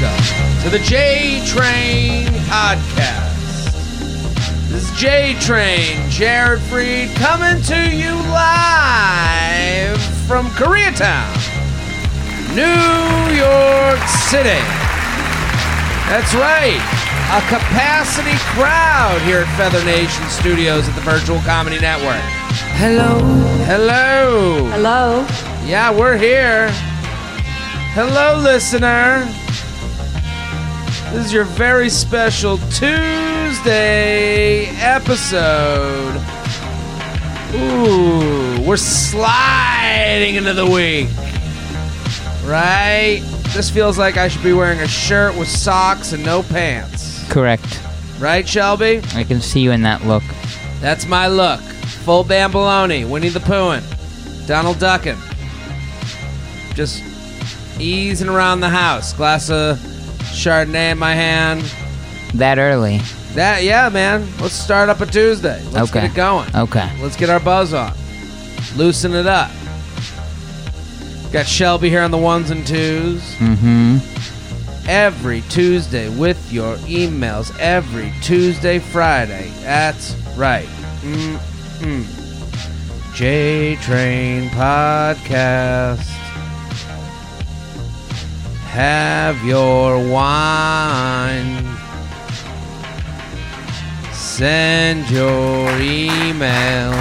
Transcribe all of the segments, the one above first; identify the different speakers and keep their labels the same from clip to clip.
Speaker 1: to the J Train podcast. This is J Train, Jared Freed, coming to you live from Koreatown, New York City. That's right, a capacity crowd here at Feather Nation Studios at the Virtual Comedy Network.
Speaker 2: Hello.
Speaker 1: Hello.
Speaker 2: Hello.
Speaker 1: Yeah, we're here. Hello, listener. This is your very special Tuesday episode. Ooh, we're sliding into the week. Right? This feels like I should be wearing a shirt with socks and no pants.
Speaker 3: Correct.
Speaker 1: Right, Shelby?
Speaker 3: I can see you in that look.
Speaker 1: That's my look. Full band baloney, Winnie the Poohin, Donald Duckin. Just easing around the house. Glass of Chardonnay in my hand.
Speaker 3: That early.
Speaker 1: That yeah, man. Let's start up a Tuesday. Let's
Speaker 3: Okay.
Speaker 1: get it going.
Speaker 3: Okay.
Speaker 1: Let's get our buzz on. Loosen it up. Got Shelby here on the ones and twos.
Speaker 3: Mm-hmm.
Speaker 1: Every Tuesday with your emails. Every Tuesday, Friday. That's right. Mm-mm. J Train Podcast. Have your wine. Send your emails.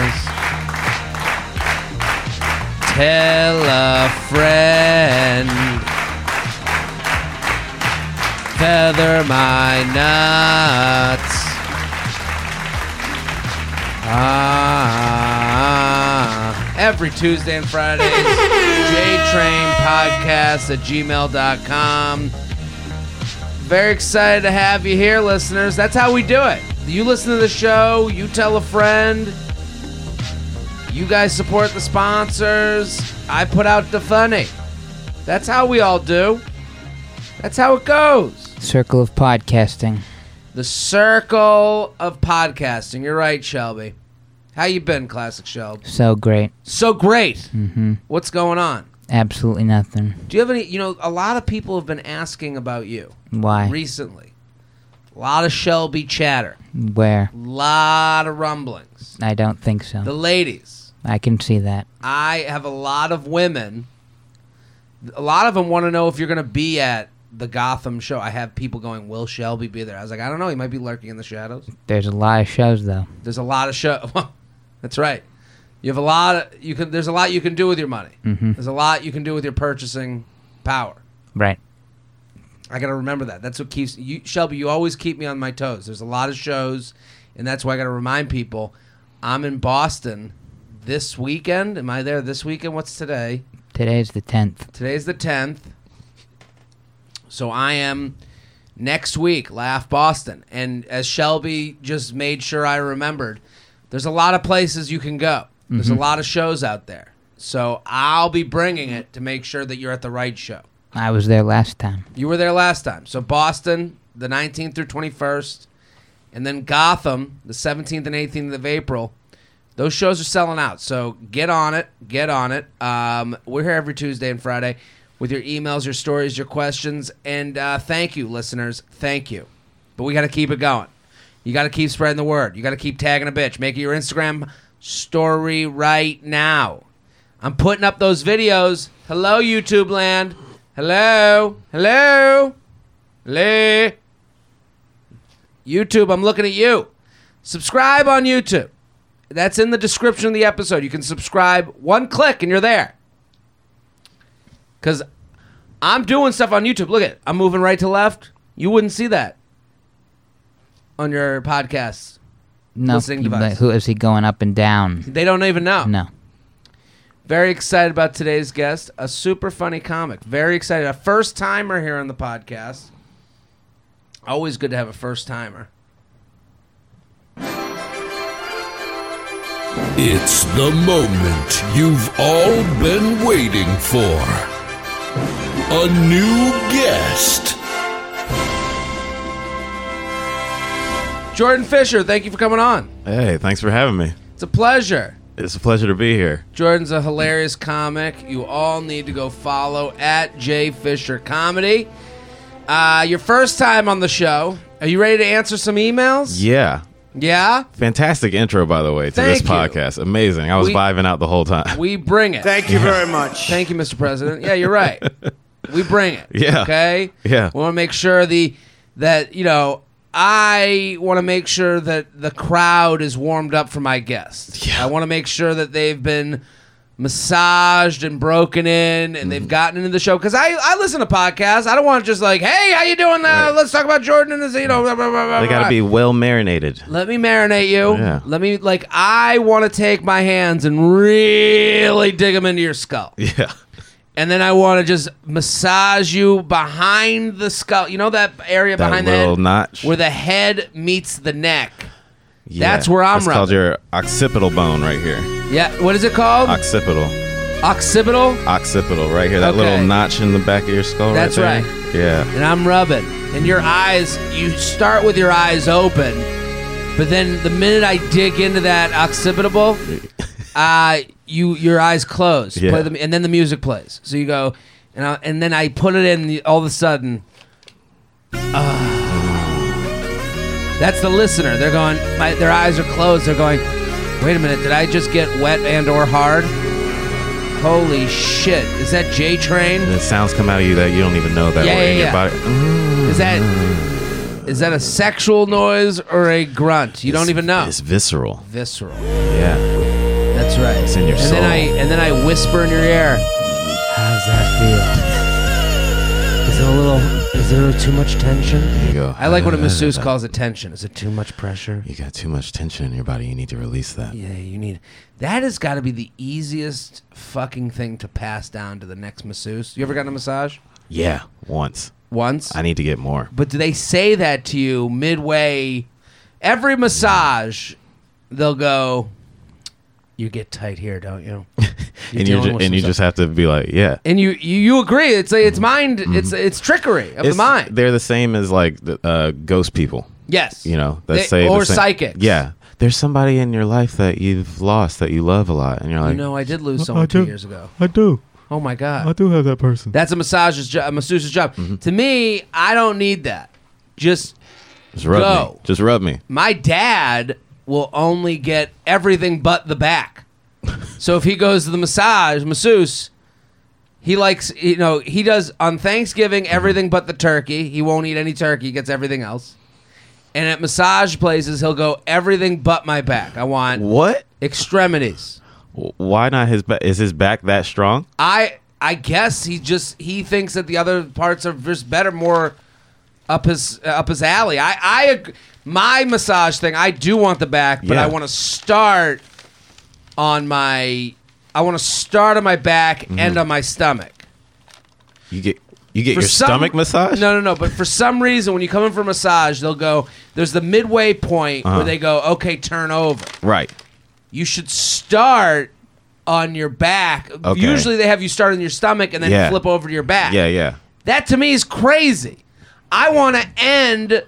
Speaker 1: Tell a friend. Feather my nuts. Ah, every Tuesday and Fridays, JTrainPodcast at gmail.com. Very excited to have you here, listeners. That's how we do it. You listen to the show, you tell a friend, you guys support the sponsors. I put out the funny. That's how we all do. That's how it goes.
Speaker 3: Circle of podcasting.
Speaker 1: The circle of podcasting. You're right, Shelby. How you been, Classic Shelby?
Speaker 3: So great.
Speaker 1: So great.
Speaker 3: Mm-hmm.
Speaker 1: What's going on?
Speaker 3: Absolutely nothing.
Speaker 1: Do you have any? You know, a lot of people have been asking about you
Speaker 3: Why?
Speaker 1: recently. A lot of Shelby chatter.
Speaker 3: Where?
Speaker 1: A lot of rumblings.
Speaker 3: I don't think so.
Speaker 1: The ladies.
Speaker 3: I can see that.
Speaker 1: I have a lot of women. A lot of them want to know if you're going to be at the Gotham show. I have people going, "Will Shelby be there?" I was like, "I don't know. He might be lurking in the shadows."
Speaker 3: There's a lot of shows though.
Speaker 1: There's a lot of show. That's right. You have a lot. Of, you can. There's a lot you can do with your money.
Speaker 3: Mm-hmm.
Speaker 1: There's a lot you can do with your purchasing power.
Speaker 3: Right.
Speaker 1: I gotta remember that. That's what keeps you, Shelby. You always keep me on my toes. There's a lot of shows, and that's why I gotta remind people. I'm in Boston this weekend. Am I there this weekend? What's today?
Speaker 3: Today's the tenth.
Speaker 1: Today's the 10th. So I am next week, Laugh Boston. And as Shelby just made sure I remembered, there's a lot of places you can go, there's a lot of shows out there. So I'll be bringing it to make sure that you're at the right show.
Speaker 3: I was there last time.
Speaker 1: You were there last time. So Boston, the 19th through 21st, and then Gotham, the 17th and 18th of April. Those shows are selling out. So get on it. Get on it. Um, we're here every Tuesday and Friday with your emails, your stories, your questions. And uh, thank you, listeners. Thank you. But we got to keep it going. You got to keep spreading the word. You got to keep tagging a bitch. Make it your Instagram story right now. I'm putting up those videos. Hello, YouTube land. Hello. Hello. Hello. YouTube, I'm looking at you. Subscribe on YouTube. That's in the description of the episode. You can subscribe one click and you're there. Because I'm doing stuff on YouTube. Look at it. I'm moving right to left. You wouldn't see that on your podcast.
Speaker 3: No.
Speaker 1: Listening
Speaker 3: you-
Speaker 1: device. Oh.
Speaker 3: but Who is he going up and down?
Speaker 1: They don't even know.
Speaker 3: No.
Speaker 1: Very excited about today's guest, a super funny comic. Very excited. A first timer here on the podcast. Always good to have a first timer.
Speaker 4: It's the moment you've all been waiting for. A new guest.
Speaker 1: Jordan Fisher, thank you for coming on.
Speaker 5: Hey, thanks for having me.
Speaker 1: It's a pleasure.
Speaker 5: It's a pleasure to be here.
Speaker 1: Jordan's a hilarious comic. You all need to go follow at J Fisher Comedy. Uh, your first time on the show. Are you ready to answer some emails?
Speaker 5: Yeah.
Speaker 1: Yeah?
Speaker 5: Fantastic intro, by the way, to
Speaker 1: Thank
Speaker 5: this
Speaker 1: you.
Speaker 5: podcast. Amazing. I was
Speaker 1: We-
Speaker 5: vibing out the whole time.
Speaker 1: We bring it.
Speaker 2: Thank you very much.
Speaker 1: Thank you, Mr. President. Yeah, you're right. we bring it.
Speaker 5: Yeah.
Speaker 1: Okay.
Speaker 5: Yeah.
Speaker 1: We want to make sure the that you know I want to make sure that the crowd is warmed up for my guests.
Speaker 5: Yeah.
Speaker 1: I want to make sure that they've been massaged and broken in and
Speaker 5: Mm-hmm.
Speaker 1: they've gotten into the show because I, I listen to podcasts i don't want to just like hey how you doing uh, let's talk about jordan and this you know blah, blah, blah, blah,
Speaker 5: they got
Speaker 1: blah.
Speaker 5: to be well marinated.
Speaker 1: Let me marinate you.
Speaker 5: Yeah.
Speaker 1: Let me like I want to take my hands and really dig them into your skull.
Speaker 5: Yeah.
Speaker 1: And then I want to just massage you behind the skull. You know that area
Speaker 5: That
Speaker 1: behind the
Speaker 5: little
Speaker 1: head
Speaker 5: notch.
Speaker 1: where the head meets the neck.
Speaker 5: Yeah.
Speaker 1: that's where I'm
Speaker 5: It's called
Speaker 1: rubbing.
Speaker 5: your occipital bone right here.
Speaker 1: Yeah, what is it called?
Speaker 5: Occipital.
Speaker 1: Occipital.
Speaker 5: Occipital right here. That
Speaker 1: Okay.
Speaker 5: little notch in the back of your skull
Speaker 1: That's
Speaker 5: right
Speaker 1: right.
Speaker 5: there. Yeah.
Speaker 1: And I'm rubbing. And your eyes, you start with your eyes open, but then the minute I dig into that occipital, uh, you your eyes close.
Speaker 5: Yeah.
Speaker 1: Play the, and then the music plays. So you go, and I, and then I put it in. The, all of a sudden, ah. that's the listener. They're going. My, their eyes are closed. They're going. Wait a minute. Did I just get wet and or hard? Holy shit! Is that J Train?
Speaker 5: And the sounds come out of you that you don't even know that
Speaker 1: Yeah,
Speaker 5: way in
Speaker 1: yeah,
Speaker 5: your body.
Speaker 1: Is that is that a sexual noise or a grunt? You don't
Speaker 5: It's-
Speaker 1: even know.
Speaker 5: It's visceral.
Speaker 1: Visceral.
Speaker 5: Yeah.
Speaker 1: That's right.
Speaker 5: It's in your
Speaker 1: and Then
Speaker 5: soul.
Speaker 1: I, and then I whisper in your ear. How's that feel? Is it a little? Is there too much tension?
Speaker 5: There you go.
Speaker 1: I like what a masseuse calls it tension. Is it too much pressure?
Speaker 5: You got too much tension in your body. You need to release that.
Speaker 1: Yeah, you need. That has got to be the easiest fucking thing to pass down to the next masseuse. You ever gotten a massage?
Speaker 5: Yeah. Once.
Speaker 1: Once.
Speaker 5: I need to get more.
Speaker 1: But do they say that to you midway? Every massage, they'll go, "You get tight here, don't you?" You're
Speaker 5: and you
Speaker 1: dealing
Speaker 5: ju-
Speaker 1: with
Speaker 5: and you
Speaker 1: some
Speaker 5: just
Speaker 1: stuff."
Speaker 5: have to be like, yeah.
Speaker 1: and you you, you agree. It's a, it's mind. It's it's trickery of
Speaker 5: Mm-hmm. It's-
Speaker 1: the mind.
Speaker 5: They're the same as like the, uh, ghost people.
Speaker 1: Yes,
Speaker 5: You know, that
Speaker 1: They-
Speaker 5: say the
Speaker 1: or
Speaker 5: same-
Speaker 1: psychics.
Speaker 5: Yeah. There's somebody in your life that you've lost that you love a lot, and you're like,
Speaker 1: You know, I did lose someone two years ago.
Speaker 6: I do.
Speaker 1: Oh my god,
Speaker 6: I do have that person.
Speaker 1: that's a massage's jo- a masseuse's job.
Speaker 5: Mm-hmm.
Speaker 1: To me, I don't need that. Just
Speaker 5: just rub
Speaker 1: go.
Speaker 5: me, just rub me.
Speaker 1: my dad will only get everything but the back. So if he goes to the massage masseuse, he likes you know he does on Thanksgiving everything but the turkey. He won't eat any turkey. He gets everything else. And at massage places, he'll go everything but my back. I want
Speaker 5: What?
Speaker 1: extremities.
Speaker 5: W- Why not his back? Is his back that strong?
Speaker 1: I I guess he just he thinks that the other parts are just better, more up his up his alley. I I ag- my massage thing. I do want the back, but
Speaker 5: Yeah.
Speaker 1: I want to start on my I want to start on my back
Speaker 5: Mm-hmm.
Speaker 1: and on my stomach.
Speaker 5: You get you get
Speaker 1: For
Speaker 5: your
Speaker 1: some-
Speaker 5: stomach massage.
Speaker 1: No, no, no. But for some reason, when you come in for a massage, they'll go. There's the midway point
Speaker 5: Uh-huh.
Speaker 1: where they go, okay, turn over
Speaker 5: Right.
Speaker 1: you should start on your back.
Speaker 5: Okay.
Speaker 1: Usually they have you start on your stomach and then
Speaker 5: Yeah.
Speaker 1: flip over to your back.
Speaker 5: Yeah. Yeah.
Speaker 1: That to me is crazy. I want to end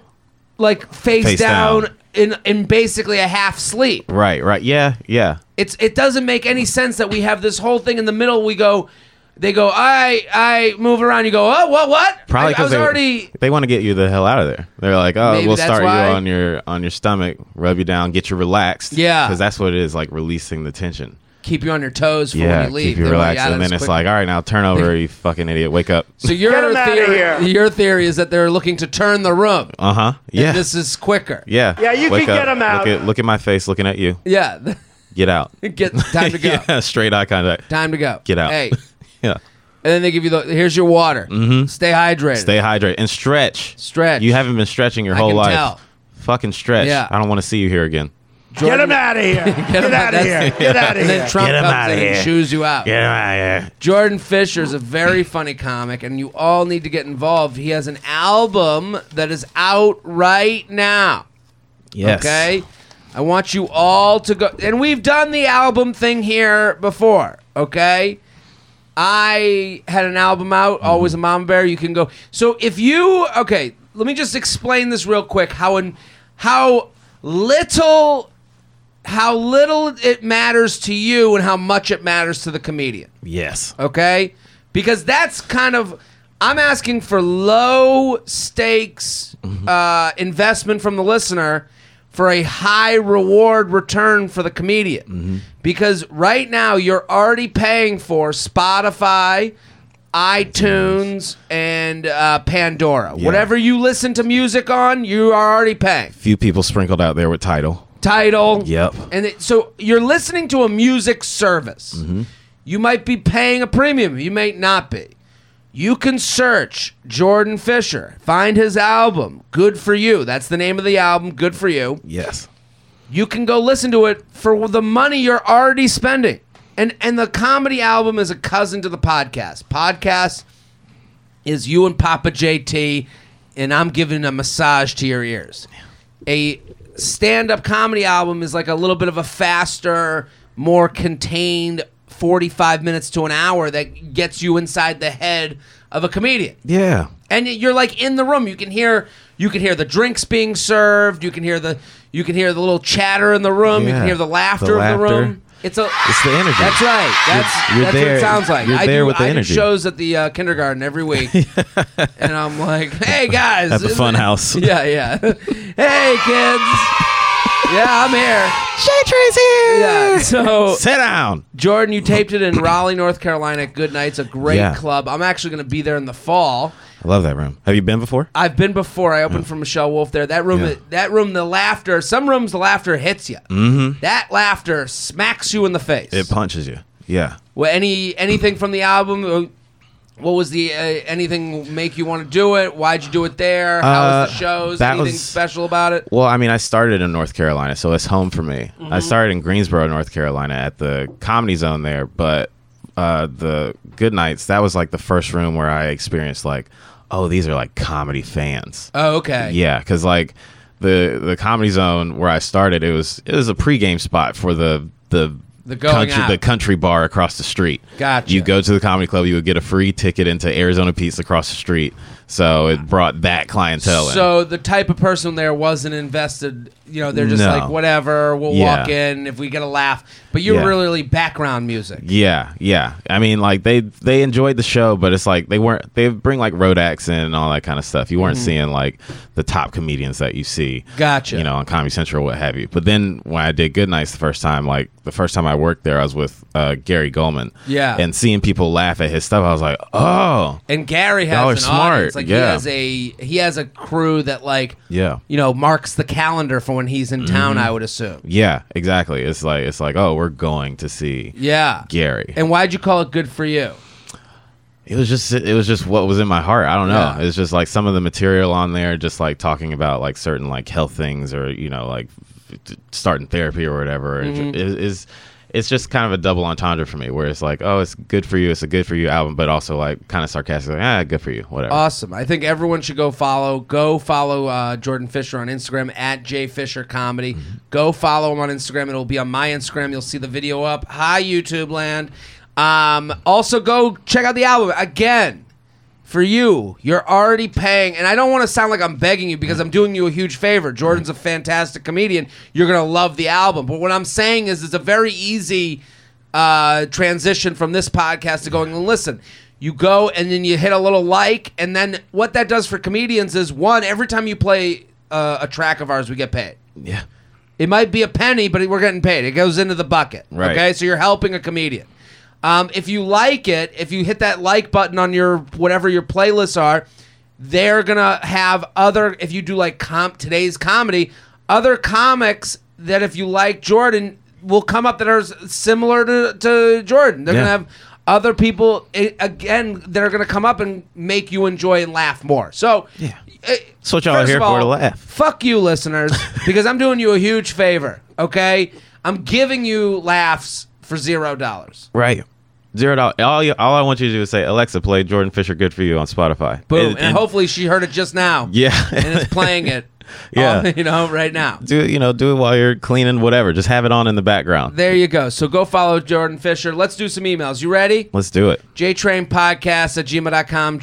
Speaker 1: like face,
Speaker 5: Face
Speaker 1: down,
Speaker 5: down.
Speaker 1: in in basically a half sleep.
Speaker 5: Right. Right. Yeah. Yeah.
Speaker 1: It's it doesn't make any sense that we have this whole thing in the middle. We go, they go, I I move around. You go, oh what what?
Speaker 5: Probably
Speaker 1: I, I
Speaker 5: because
Speaker 1: was
Speaker 5: they,
Speaker 1: already.
Speaker 5: they want to get you the hell out of there. They're like, oh,
Speaker 1: Maybe
Speaker 5: we'll
Speaker 1: that's
Speaker 5: start
Speaker 1: why.
Speaker 5: you on your on your stomach, rub you down, get you relaxed.
Speaker 1: Yeah.
Speaker 5: because that's what it is, like releasing the tension.
Speaker 1: Keep you on your toes for
Speaker 5: yeah,
Speaker 1: when you leave.
Speaker 5: keep you
Speaker 1: They want
Speaker 5: relaxed,
Speaker 1: out of
Speaker 5: and
Speaker 1: this
Speaker 5: then it's
Speaker 1: quick-
Speaker 5: like, all right, now turn over, you fucking idiot, wake up.
Speaker 1: So your theory, your theory is that they're looking to turn the room.
Speaker 5: Uh huh. Yeah.
Speaker 1: And this is quicker.
Speaker 5: yeah.
Speaker 2: Yeah, you
Speaker 5: wake
Speaker 2: can
Speaker 5: up.
Speaker 2: get 'em out.
Speaker 5: Look at, look at my face, looking at you.
Speaker 1: Yeah.
Speaker 5: Get out.
Speaker 1: Get time to go.
Speaker 5: yeah, straight eye contact.
Speaker 1: Time to go.
Speaker 5: Get out.
Speaker 1: Hey.
Speaker 5: yeah.
Speaker 1: And then they give you the here's your water. Mm-hmm. Stay hydrated.
Speaker 5: Stay hydrated and stretch.
Speaker 1: Stretch.
Speaker 5: You haven't been stretching your
Speaker 1: I
Speaker 5: whole
Speaker 1: can
Speaker 5: life.
Speaker 1: tell.
Speaker 5: Fucking stretch.
Speaker 1: Yeah.
Speaker 5: I don't want to see you here again.
Speaker 2: Get
Speaker 1: Jordan-
Speaker 2: him out of here. Get,
Speaker 1: him out-
Speaker 2: out of here.
Speaker 1: that's-
Speaker 2: Get out of
Speaker 1: And then
Speaker 2: here.
Speaker 1: Trump
Speaker 5: Get 'em
Speaker 1: comes
Speaker 5: outta
Speaker 1: in and
Speaker 5: here.
Speaker 1: chews you out.
Speaker 5: Yeah.
Speaker 1: Jordan Fisher is a very funny comic, and you all need to get involved. He has an album that is out right now.
Speaker 5: Yes.
Speaker 1: Okay? I want you all to go. And we've done the album thing here before, okay? I had an album out, Always a Mom Bear. You can go. So if you, okay, let me just explain this real quick how, in, how little. How little it matters to you and how much it matters to the comedian
Speaker 5: Yes.
Speaker 1: okay? Because that's kind of I'm asking for low stakes uh, investment from the listener for a high reward return for the comedian. Because right now you're already paying for Spotify, iTunes, and uh, Pandora.
Speaker 5: Yeah.
Speaker 1: Whatever you listen to music on, you are already paying.
Speaker 5: Few people sprinkled out there with title.
Speaker 1: Title.
Speaker 5: Yep.
Speaker 1: And it, so you're listening to a music service. You might be paying a premium. You may not be. You can search Jordan Fisher, find his album, Good For You. That's the name of the album, Good For You.
Speaker 5: Yes.
Speaker 1: You can go listen to it for the money you're already spending. And and the comedy album is a cousin to the podcast. Podcast is you and Papa JT and I'm giving a massage to your ears. A stand-up comedy album is like a little bit of a faster, more contained 45 minutes to an hour that gets you inside the head of a comedian
Speaker 5: Yeah.
Speaker 1: and you're like in the room. You can hear you can hear the drinks being served. You can hear the you can hear the little chatter in the room. You
Speaker 5: Yeah,
Speaker 1: can hear the
Speaker 5: the
Speaker 1: laughter of the
Speaker 5: laughter.
Speaker 1: room. It's a
Speaker 5: It's the energy.
Speaker 1: that's right. That's
Speaker 5: You're- you're
Speaker 1: that's what
Speaker 5: there-
Speaker 1: it sounds like.
Speaker 5: you're
Speaker 1: I
Speaker 5: there
Speaker 1: do,
Speaker 5: with the
Speaker 1: I do
Speaker 5: energy.
Speaker 1: shows at the uh, kindergarten every week, and I'm like, hey guys,
Speaker 5: At the
Speaker 1: is
Speaker 5: fun
Speaker 1: it-"
Speaker 5: house.
Speaker 1: Yeah, yeah. hey kids. Yeah, I'm here.
Speaker 5: Shatra's here.
Speaker 1: Yeah. So
Speaker 5: Sit down.
Speaker 1: Jordan, you taped it in Raleigh, North Carolina. at Good night's a great
Speaker 5: Yeah.
Speaker 1: club. I'm actually going to be there in the fall.
Speaker 5: I love that room. Have you been before?
Speaker 1: I've been before. I opened for Michelle Wolf there. That room,
Speaker 5: Yeah.
Speaker 1: that room, the laughter. Some rooms, the laughter hits you. Mm-hmm. That laughter smacks you in the face.
Speaker 5: It punches you. Yeah.
Speaker 1: well, any anything from the album? uh, What was the uh, anything make you want to do it? Why'd you do it there? How was the
Speaker 5: Uh,
Speaker 1: shows?
Speaker 5: that
Speaker 1: Anything
Speaker 5: was-
Speaker 1: special about it?
Speaker 5: Well, I mean, I started in North Carolina, so it's home for me.
Speaker 1: Mm-hmm.
Speaker 5: I started in Greensboro, North Carolina, at the Comedy Zone there, but uh, the Good Nights that was like the first room where I experienced like, oh, these are like comedy fans.
Speaker 1: Oh, okay.
Speaker 5: Yeah, because like the the Comedy Zone where I started, it was it was a pregame spot for the the.
Speaker 1: The going
Speaker 5: country,
Speaker 1: out.
Speaker 5: the country bar across the street.
Speaker 1: Gotcha.
Speaker 5: You go to the comedy club, you would get a free ticket into Arizona Pizza across the street. So it brought that clientele in.
Speaker 1: So the type of person there wasn't invested. You know, they're just
Speaker 5: No.
Speaker 1: like whatever. We'll
Speaker 5: Yeah.
Speaker 1: walk in if we get a laugh. But you're
Speaker 5: Yeah.
Speaker 1: really background music.
Speaker 5: Yeah, yeah. I mean, like they they enjoyed the show, but it's like they weren't. They bring like Rodax in and all that kind of stuff. You weren't seeing like the top comedians that you see.
Speaker 1: Mm-hmm. Gotcha.
Speaker 5: You know, on Comedy Central, what have you. But then when I did Good Nights the first time, like the first time I worked there, I was with uh, Gary Goldman.
Speaker 1: Yeah.
Speaker 5: And seeing people laugh at his stuff, I was like, oh,
Speaker 1: And Gary has
Speaker 5: Y'all are
Speaker 1: an
Speaker 5: smart,
Speaker 1: audience. Like he
Speaker 5: yeah.
Speaker 1: has a he has a crew that like
Speaker 5: Yeah.
Speaker 1: you know marks the calendar for when he's in
Speaker 5: Mm-hmm.
Speaker 1: town. I would assume.
Speaker 5: yeah, exactly. It's like it's like oh, we're going to see
Speaker 1: Yeah.
Speaker 5: Gary.
Speaker 1: And why'd you call it good for you?
Speaker 5: It was just it was just what was in my heart. I don't know.
Speaker 1: Yeah.
Speaker 5: It's just like some of the material on there, just like talking about like certain like health things or you know like t- starting therapy or whatever. It
Speaker 1: Mm-hmm.
Speaker 5: ju- It, it's it's just kind of a double entendre for me, where it's like, oh, it's good for you. It's a good for you album, but also like kind of sarcastic. Like, ah, good for you. Whatever.
Speaker 1: Awesome. I think everyone should go follow. Go follow uh, Jordan Fisher on Instagram at J Fisher Comedy.
Speaker 5: Mm-hmm.
Speaker 1: Go follow him on Instagram. It'll be on my Instagram. You'll see the video up. Hi YouTube land. Um, also go check out the album again. For you, you're already paying, and I don't want to sound like I'm begging you because I'm doing you a huge favor. Jordan's a fantastic comedian. You're gonna love the album. But what I'm saying is, it's a very easy uh, transition from this podcast to going and listen. You go and then you hit a little like, and then what that does for comedians is one, every time you play uh, a track of ours, we get paid.
Speaker 5: yeah.
Speaker 1: It might be a penny, but we're getting paid. It goes into the bucket.
Speaker 5: Right.
Speaker 1: Okay, so you're helping a comedian. Um, if you like it, if you hit that like button on your whatever your playlists are, they're gonna have other. If you do like comp today's comedy, other comics that if you like Jordan will come up that are s- similar to, to Jordan. They're
Speaker 5: Yeah.
Speaker 1: gonna have other people a- again that are gonna come up and make you enjoy and laugh more. So
Speaker 5: Yeah.
Speaker 1: eh,
Speaker 5: That's what y'all are
Speaker 1: First
Speaker 5: here
Speaker 1: of
Speaker 5: for to
Speaker 1: all,
Speaker 5: laugh.
Speaker 1: Fuck you, listeners, because I'm doing you a huge favor. Okay, I'm giving you laughs for zero dollars.
Speaker 5: Right. Zero dollar. All you, all I want you to do is say, Alexa, play Jordan Fisher. Good for you on Spotify.
Speaker 1: Boom,
Speaker 5: And-
Speaker 1: and,
Speaker 5: and-
Speaker 1: hopefully she heard it just now.
Speaker 5: Yeah.
Speaker 1: and is playing it.
Speaker 5: Yeah.
Speaker 1: on- you know, right now.
Speaker 5: do it. You know, do it while you're cleaning, whatever. Just have it on in the background.
Speaker 1: There you go. So go follow Jordan Fisher. Let's do some emails. You ready?
Speaker 5: Let's do it.
Speaker 1: JTrainPodcast at gmail.com.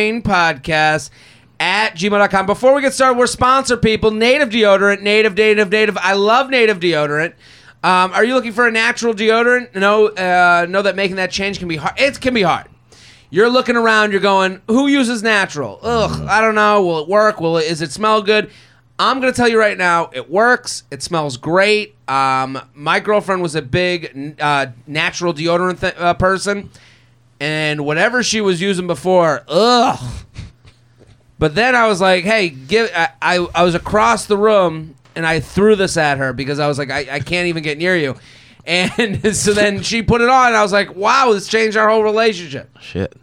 Speaker 1: JTrainPodcast at gmail.com. Before we get started, we're sponsor people. Native deodorant, native, native, native. I love native deodorant. Um, are you looking for a natural deodorant? No, uh, know that making that change can be hard. It can be hard. You're looking around. You're going, who uses natural? Ugh, I don't know. Will it work? Will it? Is it smell good? I'm gonna tell you right now, it works. It smells great. Um, my girlfriend was a big uh, natural deodorant th- uh, person, and whatever she was using before, ugh. But then I was like, hey, give. I, I, I was across the room and I threw this at her because I was like, I, I can't even get near you. And so then she put it on. And I was like, wow, this changed our whole relationship.
Speaker 5: Shit.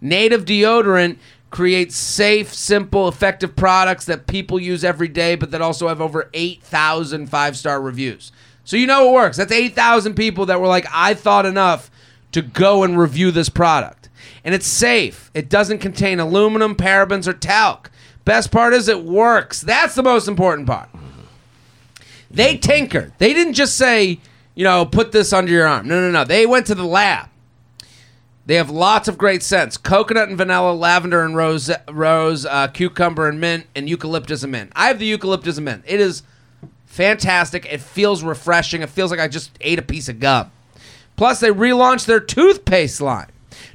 Speaker 1: Native deodorant creates safe, simple, effective products that people use every day, but that also have over 8,000 five star reviews. So you know it works. That's 8,000 people that were like, I thought enough to go and review this product. And it's safe, it doesn't contain aluminum, parabens, or talc. Best part is it works. That's the most important part. They tinkered. They didn't just say, you know, put this under your arm. No, no, no. They went to the lab. They have lots of great scents: coconut and vanilla, lavender and rose, rose, uh, cucumber and mint, and eucalyptus and mint. I have the eucalyptus and mint. It is fantastic. It feels refreshing. It feels like I just ate a piece of gum. Plus, they relaunched their toothpaste line.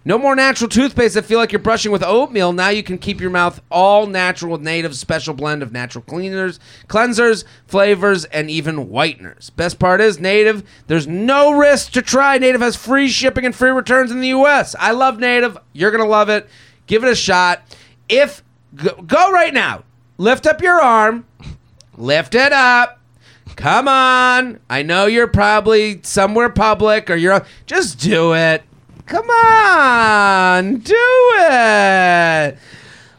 Speaker 1: No more natural toothpaste that feel like you're brushing with oatmeal. Now you can keep your mouth all natural with Native's special blend of natural cleaners, cleansers, flavors, and even whiteners. Best part is Native. There's no risk to try. Native has free shipping and free returns in the U.S. I love Native. You're gonna love it. Give it a shot. If go, go right now, lift up your arm, lift it up. Come on. I know you're probably somewhere public or you're just do it. Come on. Do it.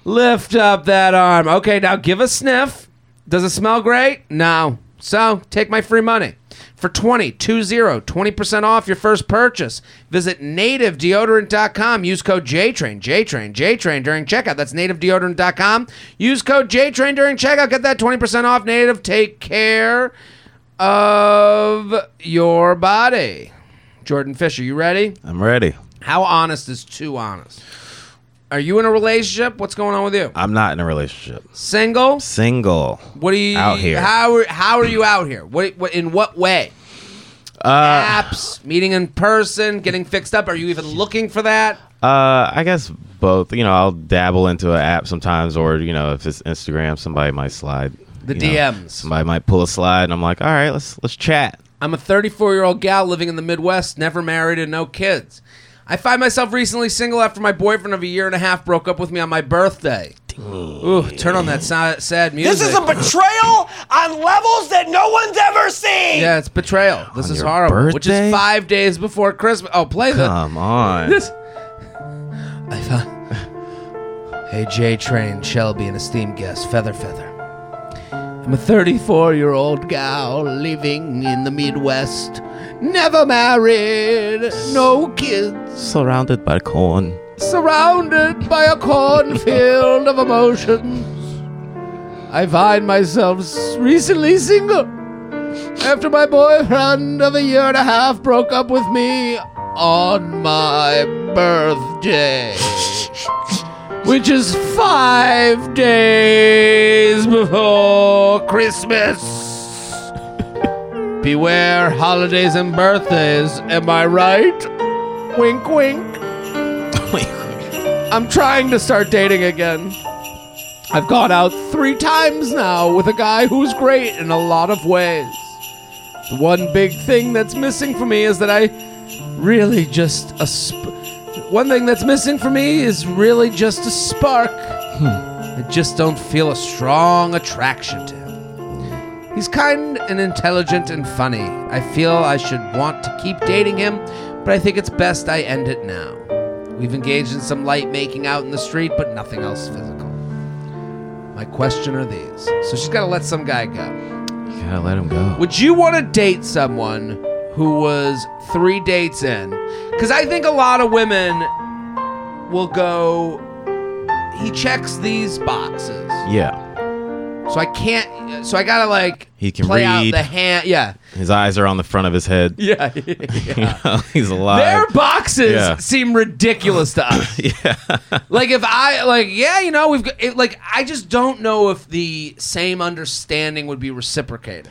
Speaker 1: Lift up that arm. Okay, now give a sniff. Does it smell great? No. So, take my free money. For 20, 20, 20% off your first purchase, visit nativedeodorant.com. Use code JTRAIN, JTRAIN, JTRAIN during checkout. That's nativedeodorant.com. Use code JTRAIN during checkout. Get that 20% off native. Take care of your body. Jordan Fisher, you ready?
Speaker 5: I'm ready.
Speaker 1: How honest is too honest? Are you in a relationship? What's going on with you?
Speaker 5: I'm not in a relationship.
Speaker 1: Single?
Speaker 5: Single.
Speaker 1: What do you
Speaker 5: Out here.
Speaker 1: How are, how are you out here? What, what in what way?
Speaker 5: Uh,
Speaker 1: Apps, meeting in person, getting fixed up. Are you even looking for that?
Speaker 5: Uh, I guess both. You know, I'll dabble into an app sometimes, or you know, if it's Instagram, somebody might slide.
Speaker 1: The
Speaker 5: you know,
Speaker 1: DMs.
Speaker 5: somebody might pull a slide, and I'm like, all right, let's let's chat.
Speaker 1: I'm a 34 year old gal living in the Midwest, never married and no kids. I find myself recently single after my boyfriend of a year and a half broke up with me on my birthday. Ooh, turn on that si- sad music.
Speaker 2: This is a betrayal on levels that no one's ever seen.
Speaker 1: yeah, it's betrayal. This is
Speaker 5: your
Speaker 1: horrible. Which is
Speaker 5: birthday?
Speaker 1: five days before Christmas. Oh, play the
Speaker 5: Come on.
Speaker 1: This. I found. Hey, J Train, Shelby, and esteemed guest, Feather Feather. I'm a 34 year old gal living in the Midwest. Never married, no kids,
Speaker 5: Surrounded by corn.
Speaker 1: surrounded by a cornfield of emotions. I find myself s- recently single after my boyfriend of a year and a half broke up with me on my birthday, which is five days before Christmas. Beware holidays and birthdays, am I right? Wink, wink. I'm trying to start dating again. I've gone out three times now with a guy who's great in a lot of ways. The one big thing that's missing for me is that I really just a sp- one thing that's missing for me is really just a spark. I just don't feel a strong attraction to him. He's kind and intelligent and funny. I feel I should want to keep dating him, but I think it's best I end it now. We've engaged in some light making out in the street, but nothing else physical. My question are these. So she's got to let some guy go.
Speaker 5: You gotta let him go.
Speaker 1: Would you want to date someone who was three dates in? Because I think a lot of women will go, he checks these boxes.
Speaker 5: Yeah.
Speaker 1: So I can't, so I got to like
Speaker 5: He can
Speaker 1: play out
Speaker 5: read.
Speaker 1: the hand. Yeah.
Speaker 5: His eyes are on the front of his head.
Speaker 1: Yeah.
Speaker 5: He's alive.
Speaker 1: Their boxes
Speaker 5: Yeah.
Speaker 1: seem ridiculous to us.
Speaker 5: yeah.
Speaker 1: like if I like yeah, you know, we've got it, like I just don't know if the same understanding would be reciprocated.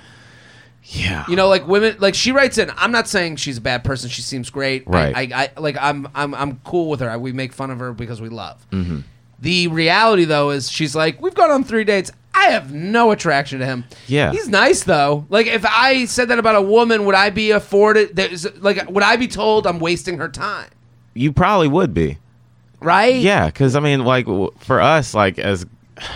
Speaker 5: Yeah.
Speaker 1: You know, like women, like she writes in. I'm not saying she's a bad person. She seems great. I-
Speaker 5: Right.
Speaker 1: I, I, like I'm, I'm, I'm cool with her. I, we make fun of her because we love.
Speaker 5: Mm-hmm.
Speaker 1: The reality though is she's like, we've gone on three dates. I have no attraction to him.
Speaker 5: Yeah.
Speaker 1: He's nice though. Like if I said that about a woman, would I be afforded? There's, like would I be told I'm wasting her time?
Speaker 5: you probably would be.
Speaker 1: Right.
Speaker 5: Yeah, because I mean, like w- for us, like as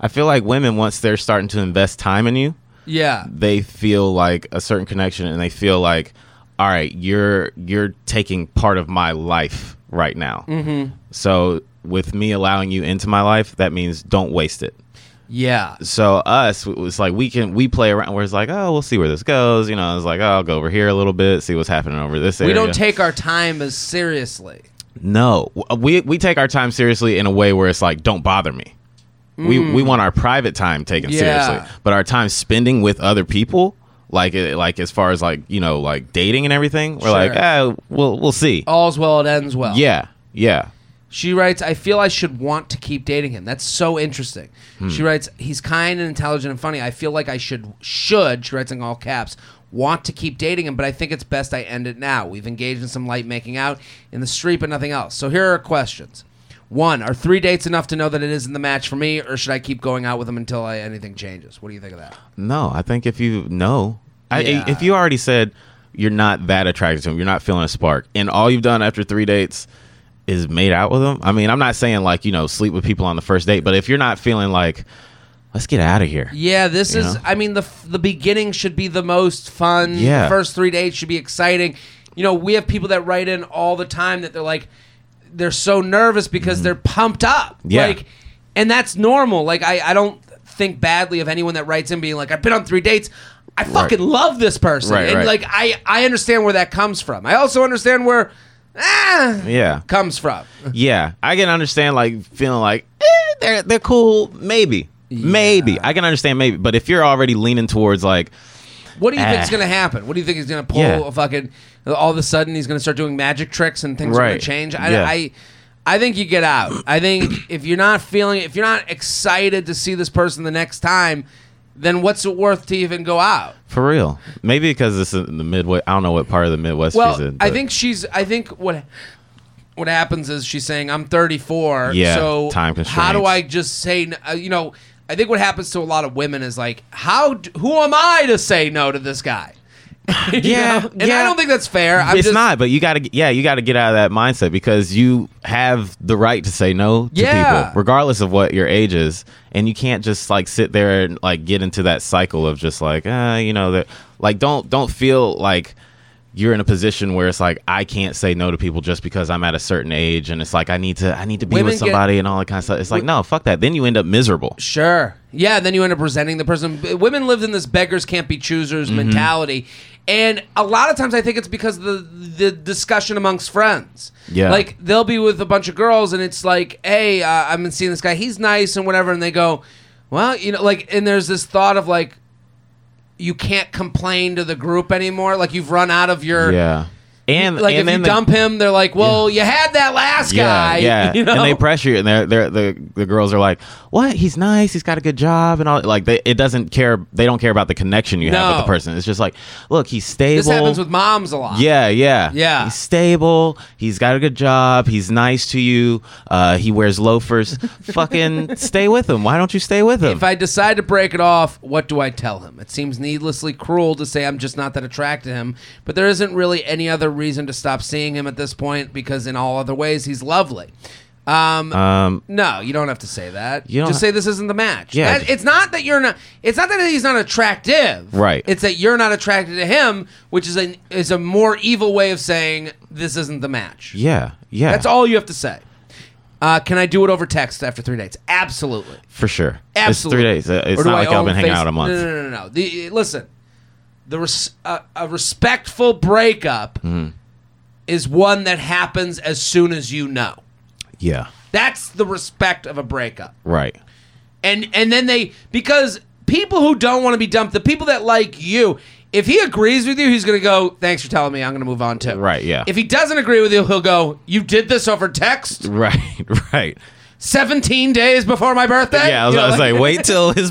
Speaker 5: I feel like women once they're starting to invest time in you,
Speaker 1: Yeah.
Speaker 5: they feel like a certain connection, and they feel like, all right, you're you're taking part of my life right now. Mm-hmm. So with me allowing you into my life, that means don't waste it.
Speaker 1: Yeah.
Speaker 5: so us it was like we can we play around where it's like oh we'll see where this goes you know I was like oh, I'll go over here a little bit see what's happening over this
Speaker 1: We
Speaker 5: area
Speaker 1: don't take our time as seriously.
Speaker 5: no W- we we take our time seriously in a way where it's like don't bother me we we want our private time taken
Speaker 1: Mm. Yeah.
Speaker 5: seriously but our time spending with other people like it, like as far as like you know like dating and everything we're like
Speaker 1: Sure. Oh.
Speaker 5: ah we'll we'll see
Speaker 1: All's well that ends well.
Speaker 5: yeah yeah
Speaker 1: She writes, I feel I should want to keep dating him. That's so interesting. She writes, he's kind and intelligent and funny. I feel like I should, should, she writes in all caps, want to keep dating him, but I think it's best I end it now. We've engaged in some light making out in the street, but nothing else. So here are our questions. One, are three dates enough to know that it isn't the match for me, or should I keep going out with him until I, anything changes? What do you think of that?
Speaker 5: No, I think if you know, I,
Speaker 1: Yeah.
Speaker 5: if you already said you're not that attracted to him, you're not feeling a spark, and all you've done after three dates is made out with him. I mean, I'm not saying like you know sleep with people on the first date, but if you're not feeling like, let's get out of here.
Speaker 1: Yeah, this
Speaker 5: You
Speaker 1: is.
Speaker 5: know?
Speaker 1: I mean, the f- the beginning should be the most fun.
Speaker 5: Yeah.
Speaker 1: the first three dates should be exciting. You know, we have people that write in all the time that they're like, they're so nervous because they're pumped up.
Speaker 5: Mm-hmm. Yeah.
Speaker 1: like, and that's normal. Like, I I don't think badly of anyone that writes in being like, I've been on three dates. I fucking love this person,
Speaker 5: Right,
Speaker 1: and
Speaker 5: right.
Speaker 1: like I I understand where that comes from. I also understand where, ah,
Speaker 5: Yeah,
Speaker 1: comes from.
Speaker 5: yeah, I can understand like feeling like eh, they're they're cool, maybe, maybe I can understand maybe, but if you're already leaning towards like
Speaker 1: What do you think's
Speaker 5: Ah.
Speaker 1: gonna happen? What do you think is gonna pull
Speaker 5: Yeah.
Speaker 1: a fucking? All of a sudden, he's gonna start doing magic tricks and things are gonna
Speaker 5: Right.
Speaker 1: change. I,
Speaker 5: Yeah.
Speaker 1: I, I think you get out. I think if you're not feeling, if you're not excited to see this person the next time, then what's it worth to even go out?
Speaker 5: for real, maybe because this is in the Midwest. I don't know what part of the Midwest
Speaker 1: Well,
Speaker 5: she's in.
Speaker 1: I
Speaker 5: but-
Speaker 1: think she's. I think what what happens is she's saying I'm 34.
Speaker 5: Yeah,
Speaker 1: So How do
Speaker 5: time constraints.
Speaker 1: I just say? n- Uh, you know, I think what happens to a lot of women is like, how? d- Who am I to say no to this guy? You
Speaker 5: Yeah,
Speaker 1: know? and I
Speaker 5: yeah.
Speaker 1: don't think that's fair. I'm
Speaker 5: it's
Speaker 1: just,
Speaker 5: not, but you got to yeah, you got to get out of that mindset because you have the right to say no to
Speaker 1: Yeah.
Speaker 5: people regardless of what your age is, and you can't just like sit there and like get into that cycle of just like uh, you know that like don't don't feel like you're in a position where it's like I can't say no to people just because I'm at a certain age and it's like I need to I need to be
Speaker 1: Women
Speaker 5: with
Speaker 1: get-
Speaker 5: somebody and all that kind of stuff. It's like no, fuck that. Then you end up miserable.
Speaker 1: Sure. Yeah, then you end up resenting the person. B- Women lived in this beggars can't be choosers
Speaker 5: Mm-hmm.
Speaker 1: mentality. And a lot of times I think it's because of the the discussion amongst friends.
Speaker 5: Yeah.
Speaker 1: Like they'll be with a bunch of girls and it's like, "Hey, uh, I've been seeing this guy. He's nice and whatever." And they go, "Well, you know, like and there's this thought of like you can't complain to the group anymore. Like you've run out of your
Speaker 5: Yeah. And
Speaker 1: Like
Speaker 5: and
Speaker 1: if
Speaker 5: then
Speaker 1: you
Speaker 5: the-
Speaker 1: dump him, they're like, "Well, you had that last guy."
Speaker 5: Yeah,
Speaker 1: You know?
Speaker 5: and they pressure you, and they're, they're the the girls are like, "What? He's nice. He's got a good job, and all." Like they, it doesn't care. They don't care about the connection you have with
Speaker 1: No.
Speaker 5: the person. It's just like, look, he's stable.
Speaker 1: this happens with moms a lot.
Speaker 5: yeah, yeah,
Speaker 1: Yeah.
Speaker 5: He's stable. He's got a good job. He's nice to you. Uh, he wears loafers. Fucking stay with him. Why don't you stay with him?
Speaker 1: If I decide to break it off, what do I tell him? It seems needlessly cruel to say I'm just not that attracted to him, but there isn't really any other reason to stop seeing him at this point because in all other ways he's lovely. Um,
Speaker 5: um,
Speaker 1: no, you don't have to say that.
Speaker 5: You don't
Speaker 1: just
Speaker 5: ha-
Speaker 1: say this isn't the match.
Speaker 5: Yeah.
Speaker 1: That- it's not that you're not. It's not that he's not attractive.
Speaker 5: Right.
Speaker 1: It's that you're not attracted to him, which is a is a more evil way of saying this isn't the match.
Speaker 5: yeah, yeah.
Speaker 1: That's all you have to say. Uh, can I do it over text after three dates? Absolutely.
Speaker 5: for sure.
Speaker 1: Absolutely.
Speaker 5: It's three days. Uh, It's
Speaker 1: Or do
Speaker 5: not
Speaker 1: I
Speaker 5: like I've
Speaker 1: own
Speaker 5: been hanging
Speaker 1: face-
Speaker 5: out a month.
Speaker 1: No, no, no, no. no. The, uh, listen, the res, uh, a respectful breakup
Speaker 5: Mm-hmm.
Speaker 1: is one that happens as soon as you know.
Speaker 5: Yeah,
Speaker 1: That's the respect of a breakup.
Speaker 5: right.
Speaker 1: And and then they because people who don't want to be dumped, the people that like you, if he agrees with you, he's going to go, "Thanks for telling me. I'm going to move on too."
Speaker 5: Right, yeah.
Speaker 1: If he doesn't agree with you, he'll go, "You did this over text."
Speaker 5: Right, right.
Speaker 1: 17 days before my birthday.
Speaker 5: Yeah, I was,
Speaker 1: You know,
Speaker 5: I was like, wait till his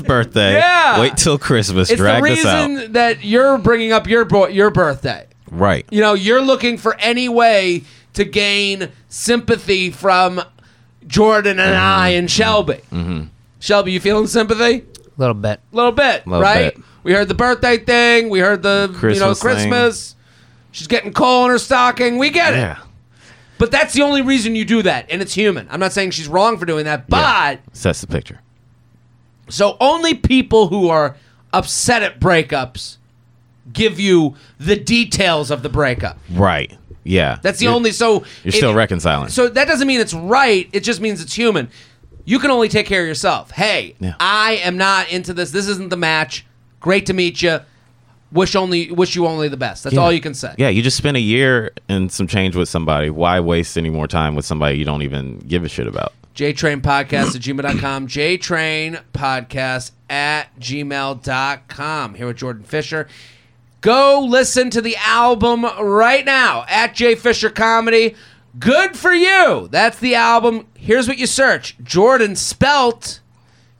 Speaker 5: birthday.
Speaker 1: Yeah.
Speaker 5: Wait till Christmas.
Speaker 1: it's
Speaker 5: Drag
Speaker 1: the
Speaker 5: this out.
Speaker 1: reason that you're bringing up your bo- your birthday.
Speaker 5: Right.
Speaker 1: You know, you're looking for any way to gain sympathy from Jordan and I and Shelby. Mm-hmm. Shelby, you feeling sympathy?
Speaker 3: A little bit.
Speaker 1: A little bit,
Speaker 5: Little
Speaker 1: right?
Speaker 5: bit.
Speaker 1: We heard the birthday thing. We heard the you know
Speaker 5: Christmas thing.
Speaker 1: Christmas. She's getting coal in her stocking. We get it.
Speaker 5: Yeah.
Speaker 1: But that's the only reason you do that, and it's human. I'm not saying she's wrong for doing that, but
Speaker 5: Yeah. Sets the picture.
Speaker 1: so only people who are upset at breakups give you the details of the breakup.
Speaker 5: Right. Yeah.
Speaker 1: That's the
Speaker 5: You're-
Speaker 1: only so
Speaker 5: You're
Speaker 1: it-
Speaker 5: still reconciling.
Speaker 1: So that doesn't mean it's right. It just means it's human. You can only take care of yourself. Hey,
Speaker 5: Yeah.
Speaker 1: I am not into this. This isn't the match. Great to meet you. Wish only wish you only the best. That's
Speaker 5: Yeah.
Speaker 1: all you can say.
Speaker 5: yeah, you just spent a year and some change with somebody. Why waste any more time with somebody you don't even give a shit about?
Speaker 1: JTrain podcast at gmail.com. JTrain podcast at gmail.com. Here with Jordan Fisher. Go listen to the album right now at J Fisher Comedy. Good for you. That's the album. Here's what you search Jordan Spelt,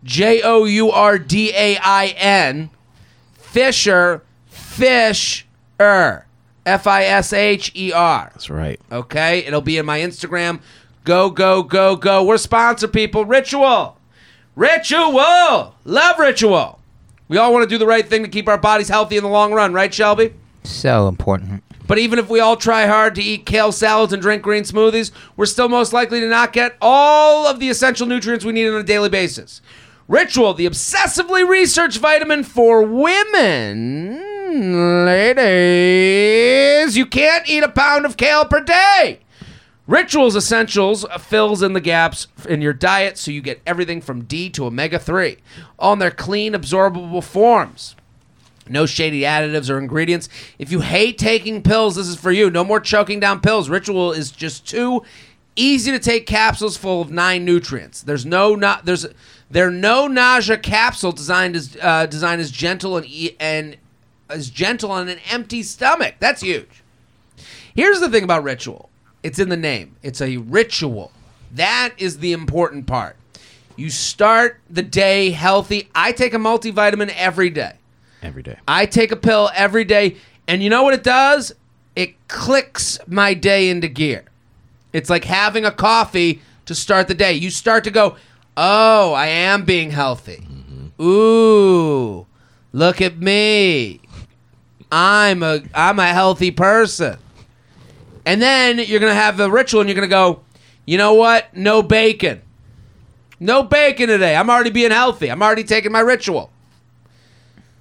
Speaker 1: J O U R D A I N, Fisher, Fish Er, F I S H E R.
Speaker 5: That's right.
Speaker 1: Okay, it'll be in my Instagram. Go, go, go, go. We're sponsor people. Ritual. Ritual. Love ritual. We all want to do the right thing to keep our bodies healthy in the long run, right, Shelby?
Speaker 3: So important.
Speaker 1: But even if we all try hard to eat kale salads and drink green smoothies, we're still most likely to not get all of the essential nutrients we need on a daily basis. Ritual, the obsessively researched vitamin for women. Ladies, you can't eat a pound of kale per day. Rituals Essentials fills in the gaps in your diet so you get everything from D to omega 3 on their clean, absorbable forms. No shady additives or ingredients. If you hate taking pills, this is for you. No more choking down pills. Ritual is just too easy to take capsules full of nine nutrients. There's no not there's there are no nausea capsule designed as uh, designed as gentle and e- and as gentle on an empty stomach. That's huge. Here's the thing about ritual. It's in the name. It's a ritual. That is the important part. You start the day healthy. I take a multivitamin every day.
Speaker 5: Every day.
Speaker 1: I take a pill every day, and you know what it does? It clicks my day into gear. It's like having a coffee to start the day. You start to go, oh, I am being healthy. Ooh, look at me. I'm a I'm a healthy person. And then you're gonna have a ritual, and you're gonna go, you know what? No bacon. No bacon today. I'm already being healthy. I'm already taking my ritual.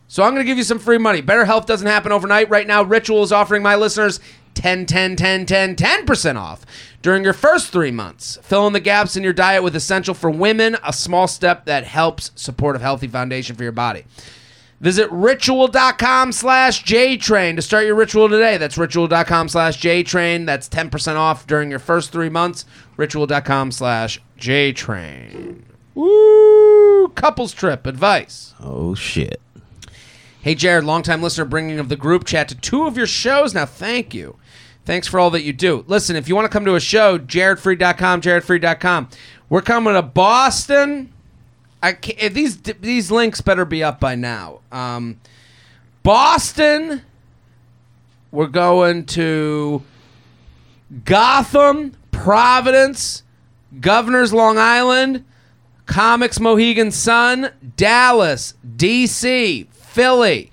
Speaker 1: So I'm going to give you some free money. Better health doesn't happen overnight. Right now, Ritual is offering my listeners 10, 10, 10, 10, 10% off during your first three months. Fill in the gaps in your diet with Essential for Women, a small step that helps support a healthy foundation for your body. Visit ritual.com slash JTrain to start your ritual today. That's ritual.com slash JTrain. That's 10% off during your first three months. Ritual.com slash JTrain. Woo! Couples trip advice.
Speaker 5: Oh shit.
Speaker 1: Hey, Jared, longtime listener, bringing of the group chat to two of your shows now. Thank you. Thanks for all that you do. Listen, if you want to come to a show, jaredfree.com, jaredfree.com. We're coming to Boston. I can't, these these links better be up by now. Um, Boston. We're going to Gotham, Providence, Governors Long Island, Comics Mohegan Sun, Dallas, DC, Philly.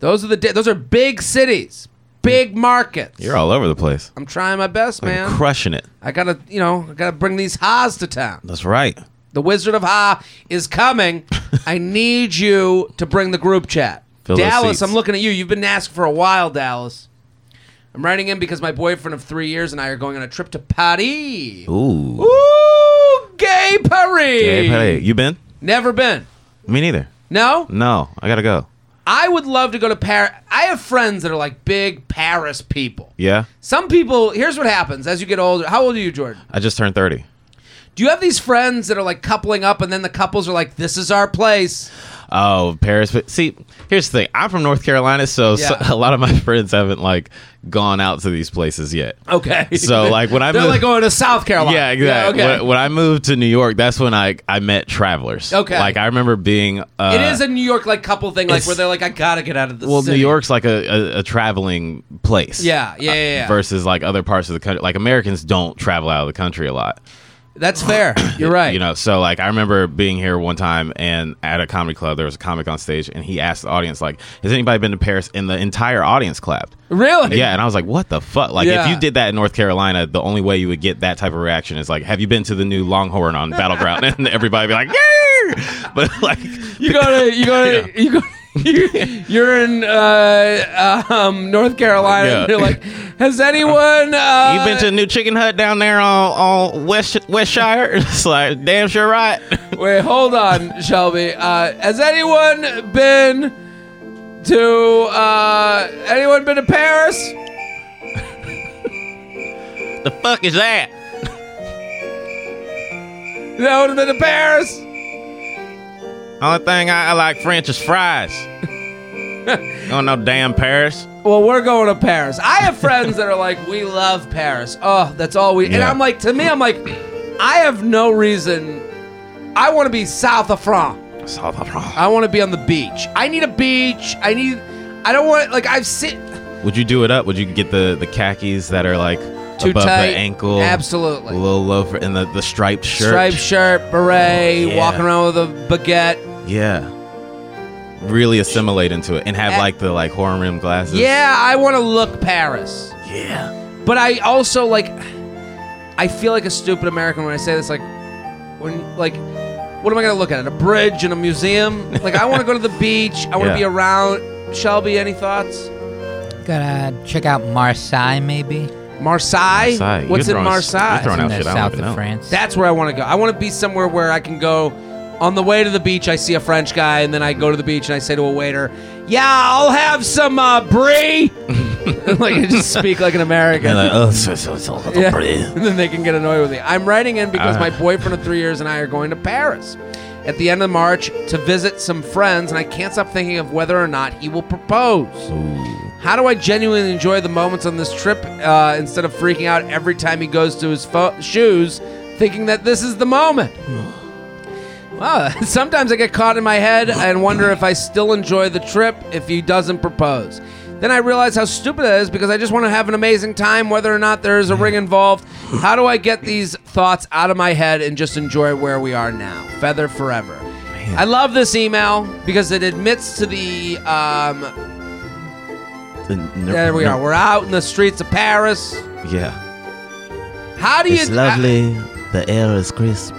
Speaker 1: Those are the di- those are big cities, big markets.
Speaker 5: You're all over the place.
Speaker 1: I'm trying my best, man.
Speaker 5: I'm crushing it.
Speaker 1: I gotta, you know, I gotta bring these Haas to town.
Speaker 5: That's right.
Speaker 1: The Wizard of Ha is coming. I need you to bring the group chat.
Speaker 5: Fill those
Speaker 1: Dallas,
Speaker 5: seats.
Speaker 1: I'm looking at you. You've been asked for a while, Dallas. I'm writing in because my boyfriend of three years and I are going on a trip to Paris.
Speaker 5: Ooh.
Speaker 1: Ooh, gay Paris.
Speaker 5: Hey, hey, you been?
Speaker 1: Never been.
Speaker 5: Me neither.
Speaker 1: No?
Speaker 5: No, I gotta go.
Speaker 1: I would love to go to Paris. I have friends that are like big Paris people.
Speaker 5: Yeah,
Speaker 1: Some people, here's what happens as you get older. How old are you, Jordan?
Speaker 5: I just turned thirty.
Speaker 1: Do you have these friends that are like coupling up and then the couples are like, this is our place?
Speaker 5: oh Paris. But see, here's the thing. I'm from North Carolina, so, so
Speaker 1: Yeah.
Speaker 5: a lot of my friends haven't like gone out to these places yet.
Speaker 1: Okay.
Speaker 5: So, like, when I
Speaker 1: they're
Speaker 5: moved-
Speaker 1: like going to South Carolina.
Speaker 5: Yeah, exactly.
Speaker 1: okay.
Speaker 5: when, when I moved to New York, that's when I I met travelers.
Speaker 1: Okay.
Speaker 5: like I remember being. Uh,
Speaker 1: it is a New York like couple thing, like
Speaker 5: it's-
Speaker 1: where they're like, I gotta get out of the
Speaker 5: well,
Speaker 1: city.
Speaker 5: New York's like a, a, a traveling place.
Speaker 1: Yeah, yeah, yeah, yeah.
Speaker 5: uh, Versus like other parts of the country, like Americans don't travel out of the country a lot.
Speaker 1: That's fair. You're right.
Speaker 5: You know, so like I remember being here one time and at a comedy club, there was a comic on stage, and he asked the audience, like, "Has anybody been to Paris?" And the entire audience clapped.
Speaker 1: really?
Speaker 5: Yeah, and I was like, "What the fuck?" Like,
Speaker 1: Yeah.
Speaker 5: if you did that in North Carolina, the only way you would get that type of reaction is like, "Have you been to the new Longhorn on Battleground?" and everybody would be like, "Yeah!" But like,
Speaker 1: You go to you go to you go. You're in uh, um, North Carolina.
Speaker 5: Yeah.
Speaker 1: And you're like, has anyone? Uh,
Speaker 5: you been to the new Chicken Hut down there on on West Westshire? It's like, damn sure right.
Speaker 1: Wait, hold on, Shelby. Uh, has anyone been to uh, anyone been to Paris?
Speaker 5: the fuck is that?
Speaker 1: No one been to Paris.
Speaker 5: Only thing I, I like French is fries. Don't know damn Paris.
Speaker 1: Well, we're going to Paris. I have friends that are like, we love Paris. Oh, that's all we. And
Speaker 5: Yeah.
Speaker 1: I'm like, to me, I'm like, I have no reason. I want to be south of France.
Speaker 5: South of France.
Speaker 1: I want to be on the beach. I need a beach. I need. I don't want like I've seen
Speaker 5: Would you do it up? Would you get the the khakis that are like
Speaker 1: too
Speaker 5: above
Speaker 1: tight.
Speaker 5: the ankle?
Speaker 1: Absolutely.
Speaker 5: A little loafer and the, the striped shirt. Oh,
Speaker 1: Striped shirt, beret,
Speaker 5: Yeah.
Speaker 1: walking around with a baguette.
Speaker 5: Yeah. Really assimilate into it and have
Speaker 1: A-
Speaker 5: like the like horn rim glasses.
Speaker 1: Yeah, I want to look Paris.
Speaker 5: Yeah.
Speaker 1: But I also like I feel like a stupid American when I say this like when like what am I going to look at? A bridge and a museum? Like I want to go to the beach. I want to
Speaker 5: Yeah.
Speaker 1: be around Shelby any thoughts?
Speaker 3: Gotta check out Marseille, maybe.
Speaker 1: Marseille?
Speaker 5: Marseille.
Speaker 1: What's
Speaker 5: You're
Speaker 1: in
Speaker 5: throwing-
Speaker 1: Marseille?
Speaker 5: you're throwing out
Speaker 3: in the
Speaker 5: shit I don't
Speaker 3: south
Speaker 5: even
Speaker 3: of
Speaker 5: know.
Speaker 3: France.
Speaker 1: That's where I want to go. I want to be somewhere where I can go on the way to the beach. I see a French guy, and then I go to the beach and I say to a waiter, "Yeah, I'll have some uh, brie." like I just speak like an American.
Speaker 5: And like, oh, so, so, so, so
Speaker 1: Yeah.
Speaker 5: pretty.
Speaker 1: and then they can get annoyed with me. I'm writing in because
Speaker 5: Ah.
Speaker 1: my boyfriend of three years and I are going to Paris at the end of March to visit some friends, and I can't stop thinking of whether or not he will propose. How do I genuinely enjoy the moments on this trip uh, instead of freaking out every time he goes to his fo- shoes, thinking that this is the moment? Well, Ah, sometimes I get caught in my head and wonder if I still enjoy the trip if he doesn't propose. Then I realize how stupid that is because I just want to have an amazing time, whether or not there is a ring involved. How do I get these thoughts out of my head and just enjoy where we are now? Feather forever. I love this email because it admits to the um, there we are. We're out in the streets of Paris.
Speaker 5: Yeah.
Speaker 1: How do you?
Speaker 5: the air is crisp.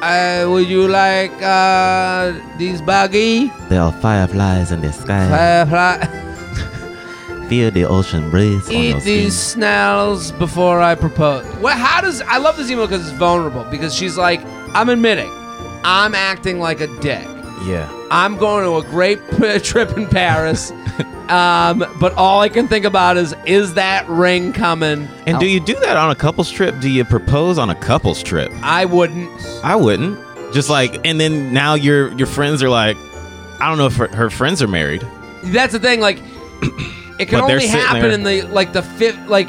Speaker 1: Uh, would you like uh, these buggy? Uh,
Speaker 5: There are fireflies in the sky.
Speaker 1: Firefly-
Speaker 5: Feel the ocean breeze
Speaker 1: Eat these snails before I propose. Well, how does? I love this email because it's vulnerable. Because she's like, I'm admitting, I'm acting like a dick.
Speaker 5: Yeah.
Speaker 1: I'm going to a great p- trip in Paris. Um, but all I can think about is, is that ring coming?
Speaker 5: And do you do that on a couple's trip? Do you propose on a couple's trip?
Speaker 1: I wouldn't.
Speaker 5: I wouldn't. Just like, and then now your your friends are like, I don't know if her, her friends are married.
Speaker 1: That's the thing. Like, it can
Speaker 5: But they're
Speaker 1: only
Speaker 5: sitting
Speaker 1: happen
Speaker 5: there.
Speaker 1: in the like the fifth. Like,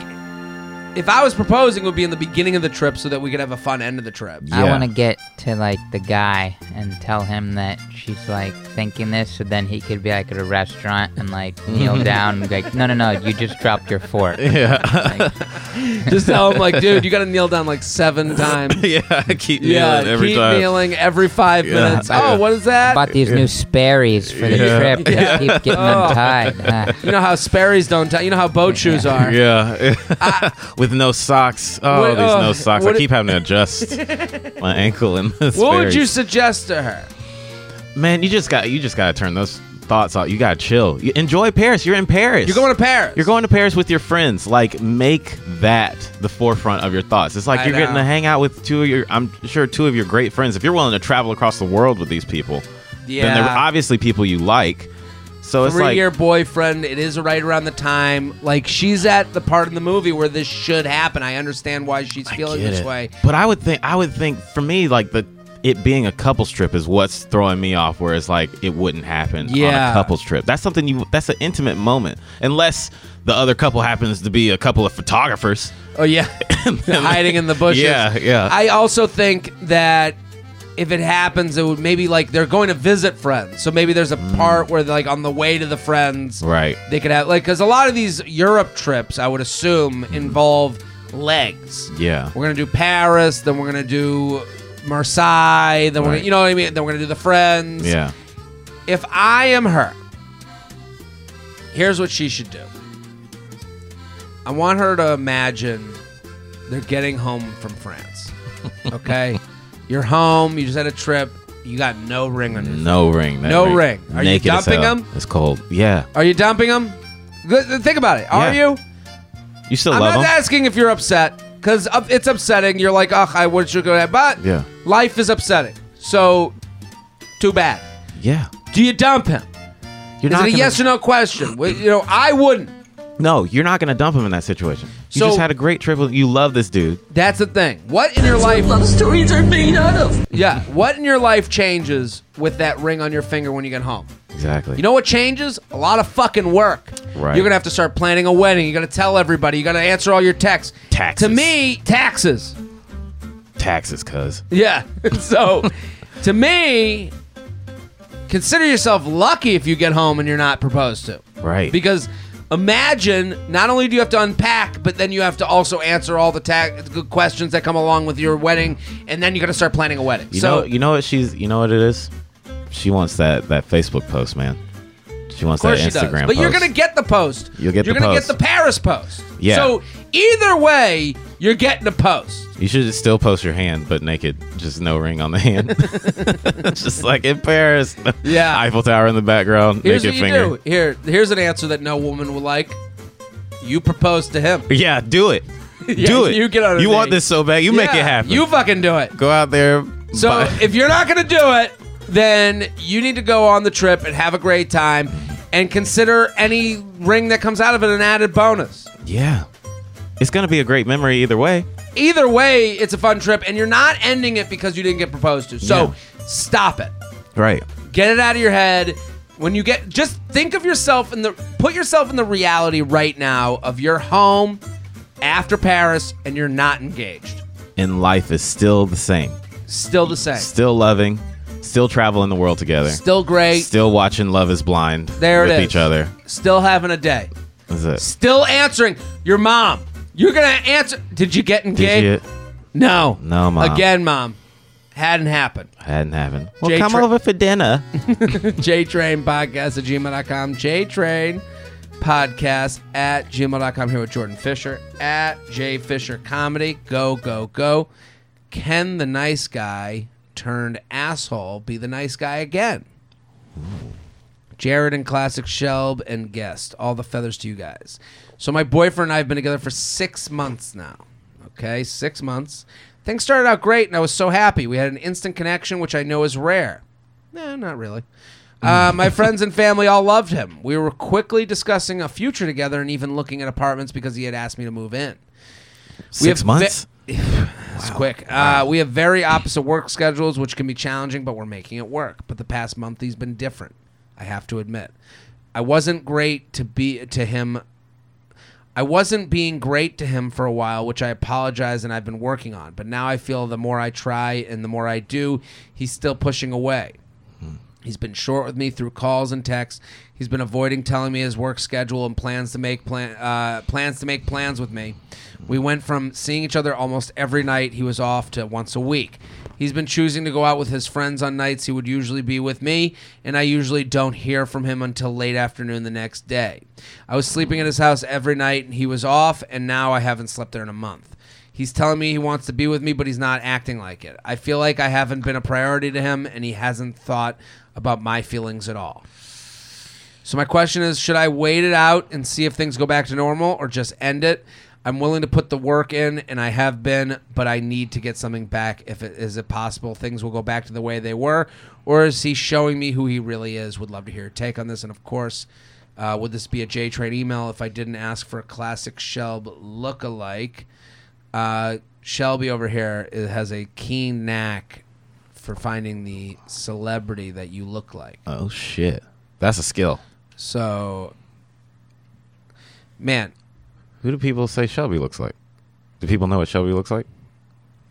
Speaker 1: if I was proposing, it would be in the beginning of the trip so that we could have a fun end of the trip.
Speaker 3: I
Speaker 5: Yeah.
Speaker 3: want to get to like the guy and tell him that she's like thinking this, so then he could be like at a restaurant and like kneel down and be like, no, no, no, you just dropped your fork.
Speaker 5: Yeah,
Speaker 3: Like,
Speaker 1: Just tell him, like, dude, you got to kneel down like seven times.
Speaker 5: yeah. Keep
Speaker 1: Yeah,
Speaker 5: kneeling every
Speaker 1: keep
Speaker 5: time.
Speaker 1: kneeling every five
Speaker 5: Yeah.
Speaker 1: minutes.
Speaker 5: Yeah.
Speaker 1: Oh, what is that?
Speaker 3: bought these new Sperry's for the
Speaker 5: Yeah.
Speaker 3: trip. They
Speaker 1: Yeah.
Speaker 3: keep getting
Speaker 1: Oh.
Speaker 3: untied. Ah.
Speaker 1: you know how Sperry's don't. T- you know how boat shoes are.
Speaker 5: Yeah, with no socks. Oh,
Speaker 1: What-
Speaker 5: these no
Speaker 1: oh,
Speaker 5: socks. I
Speaker 1: what-
Speaker 5: keep having to adjust my ankle and this.
Speaker 1: What would you suggest to her?
Speaker 5: man? You just got you just got to turn those thoughts off. You got to chill. You enjoy Paris. You're in Paris.
Speaker 1: You're going to Paris.
Speaker 5: You're going to Paris with your friends. Like, make that the forefront of your thoughts. It's like
Speaker 1: I
Speaker 5: you're getting
Speaker 1: know.
Speaker 5: to hang out with two of your, I'm sure, two of your great friends. If you're willing to travel across the world with these people, then they're
Speaker 1: Yeah.
Speaker 5: obviously people you like. So it's
Speaker 1: three
Speaker 5: like,
Speaker 1: year boyfriend. It is right around the time. Like she's at the part in the movie where this should happen. I understand why she's feeling
Speaker 5: get
Speaker 1: this
Speaker 5: it.
Speaker 1: way.
Speaker 5: But I would think, I would think, for me, like the it being a couples trip is what's throwing me off. Whereas like it wouldn't happen on
Speaker 1: Yeah.
Speaker 5: a couples trip. That's something you. That's an intimate moment, unless the other couple happens to be a couple of photographers.
Speaker 1: Oh yeah, hiding in the bushes.
Speaker 5: Yeah, yeah.
Speaker 1: I also think that if it happens, it would maybe like they're going to visit friends, so maybe there's a
Speaker 5: Mm.
Speaker 1: part where like on the way to the friends,
Speaker 5: Right.
Speaker 1: They could have like because a lot of these Europe trips, I would assume, involve legs.
Speaker 5: Hmm. Yeah.
Speaker 1: we're gonna do Paris, then we're gonna do Marseille, then we're
Speaker 5: Right.
Speaker 1: gonna, you know what I mean. Then we're gonna do the friends.
Speaker 5: Yeah.
Speaker 1: If I am her, here's what she should do. I want her to imagine they're getting home from France. Okay? You're home, you just had a trip, you got no ring on your
Speaker 5: No ring. that
Speaker 1: No ring. Are you
Speaker 5: Naked as
Speaker 1: dumping
Speaker 5: hell.
Speaker 1: him?
Speaker 5: It's cold. Yeah.
Speaker 1: Are you dumping him? Think about it. Are
Speaker 5: Yeah.
Speaker 1: you?
Speaker 5: You still
Speaker 1: I'm
Speaker 5: love
Speaker 1: not
Speaker 5: him?
Speaker 1: asking if you're upset because it's upsetting. You're like, oh, I wish you could have, but
Speaker 5: Yeah.
Speaker 1: life is upsetting. So, too bad.
Speaker 5: Yeah.
Speaker 1: Do you dump him?
Speaker 5: You're
Speaker 1: Is
Speaker 5: not
Speaker 1: it a
Speaker 5: gonna-
Speaker 1: yes or no question? Well, you know, I wouldn't.
Speaker 5: No, you're not going to dump him in that situation. You
Speaker 1: So-
Speaker 5: just had a great trip. With, you love this dude.
Speaker 1: That's the thing. What in your life?
Speaker 6: Love stories are made out of.
Speaker 1: Yeah. What in your life changes with that ring on your finger when you get home?
Speaker 5: Exactly.
Speaker 1: You know what changes? A lot of fucking work.
Speaker 5: Right.
Speaker 1: You're gonna have to start planning a wedding. You gotta tell everybody. You gotta answer all your texts.
Speaker 5: Taxes.
Speaker 1: To me, taxes.
Speaker 5: taxes, cuz.
Speaker 1: Yeah. so, to me, consider yourself lucky if you get home and you're not proposed to.
Speaker 5: Right.
Speaker 1: Because imagine not only do you have to unpack, but then you have to also answer all the ta- good questions that come along with your wedding, and then you got to start planning a wedding.
Speaker 5: You
Speaker 1: so
Speaker 5: know, you know what she's, you know what it is. She wants that that Facebook post, man. She wants
Speaker 1: Of course she
Speaker 5: that
Speaker 1: does.
Speaker 5: Instagram.
Speaker 1: But you're
Speaker 5: post.
Speaker 1: gonna get the post.
Speaker 5: You'll get
Speaker 1: you're
Speaker 5: the
Speaker 1: gonna
Speaker 5: post.
Speaker 1: get the Paris post.
Speaker 5: Yeah.
Speaker 1: So either way, you're getting a post.
Speaker 5: You should still post your hand, but naked, just no ring on the hand. just like in Paris.
Speaker 1: Yeah.
Speaker 5: Eiffel Tower in the background.
Speaker 1: Here's
Speaker 5: naked
Speaker 1: what you
Speaker 5: finger.
Speaker 1: do. Here, here's an answer that no woman will like. You propose to him.
Speaker 5: Yeah, do it.
Speaker 1: Yeah,
Speaker 5: do it.
Speaker 1: you get on a
Speaker 5: You want
Speaker 1: date.
Speaker 5: this so bad. You make
Speaker 1: Yeah,
Speaker 5: it happen.
Speaker 1: You fucking do it.
Speaker 5: go out there.
Speaker 1: So
Speaker 5: buy-
Speaker 1: if you're not gonna do it, then you need to go on the trip and have a great time, and consider any ring that comes out of it an added bonus.
Speaker 5: yeah, it's gonna be a great memory either way.
Speaker 1: Either way, it's a fun trip, and you're not ending it because you didn't get proposed to. So stop it.
Speaker 5: Right.
Speaker 1: get it out of your head when you get just think of yourself in the put yourself in the reality right now of your home after paris and you're not engaged
Speaker 5: And life is still the same.
Speaker 1: still the same
Speaker 5: Still loving. Still traveling the world together.
Speaker 1: still great
Speaker 5: Still watching Love Is Blind.
Speaker 1: there
Speaker 5: with
Speaker 1: it is
Speaker 5: each other.
Speaker 1: still having a day
Speaker 5: That's it.
Speaker 1: still answering your mom you're gonna answer did you get
Speaker 5: Did
Speaker 1: engaged
Speaker 5: you?
Speaker 1: no
Speaker 5: No, Mom.
Speaker 1: again mom hadn't happened
Speaker 5: Hadn't happened. Well,
Speaker 1: Jay
Speaker 5: come
Speaker 1: Tra-
Speaker 5: over for dinner.
Speaker 1: JTrain podcast at gmail.com. JTrain podcast at gmail.com. Here with Jordan Fisher at J Fisher Comedy. Go, go, go. Can the nice guy turned asshole be the nice guy again? Jared and Classic Shelb and guest. All the feathers to you guys. So my boyfriend and I have been together for six months now. Okay, six months. Things started out great, and I was so happy. We had an instant connection, which I know is rare. Nah, not really.
Speaker 5: Mm.
Speaker 1: Uh, my friends and family all loved him. We were quickly discussing a future together and even looking at apartments because he had asked me to move in. We have
Speaker 5: Six
Speaker 1: ve-
Speaker 5: months.
Speaker 1: It's quick. Uh, we have very opposite work schedules, which can be challenging, but we're making it work. But the past month, he's been different. I have to admit, I wasn't great to be to him. I wasn't being great to him for a while, which I apologize and I've been working on. But now I feel the more I try and the more I do, he's still pushing away. He's been short with me through calls and texts. He's been avoiding telling me his work schedule and plans to make plan, uh, plans to make plans with me. We went from seeing each other almost every night he was off to once a week. He's been choosing to go out with his friends on nights he would usually be with me, and I usually don't hear from him until late afternoon the next day. I was sleeping at his house every night and he was off, and now I haven't slept there in a month. He's telling me he wants to be with me, but he's not acting like it. I feel like I haven't been a priority to him, and he hasn't thought about my feelings at all. So, my question is should I wait it out and see if things go back to normal or just end it? I'm willing to put the work in, and I have been, but I need to get something back. If it is it possible, things will go back to the way they were, or is he showing me who he really is? Would love to hear your take on this, and of course, uh, would this be a J Train email if I didn't ask for a classic Shelb look-alike? Uh, Shelby over here is, has a keen knack for finding the celebrity that you look like.
Speaker 5: Oh shit, that's a skill.
Speaker 1: So, man,
Speaker 5: Who do people say Shelby looks like? Do people know what Shelby looks like?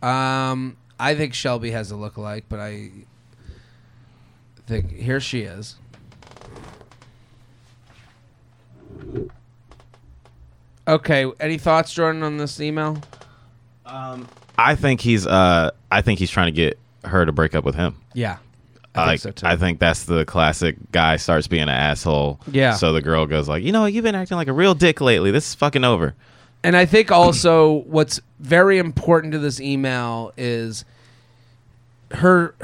Speaker 1: um, I think Shelby has a lookalike, but I think here she is. Okay, any thoughts, Jordan, on this email?
Speaker 5: I think he's. Uh, I think he's trying to get her to break up with him.
Speaker 1: Yeah.
Speaker 5: I like, I think that's the classic guy starts being an asshole.
Speaker 1: Yeah.
Speaker 5: So the girl goes like, you know, you've been acting like a real dick lately. This is fucking over.
Speaker 1: And I think also what's very important to this email is her.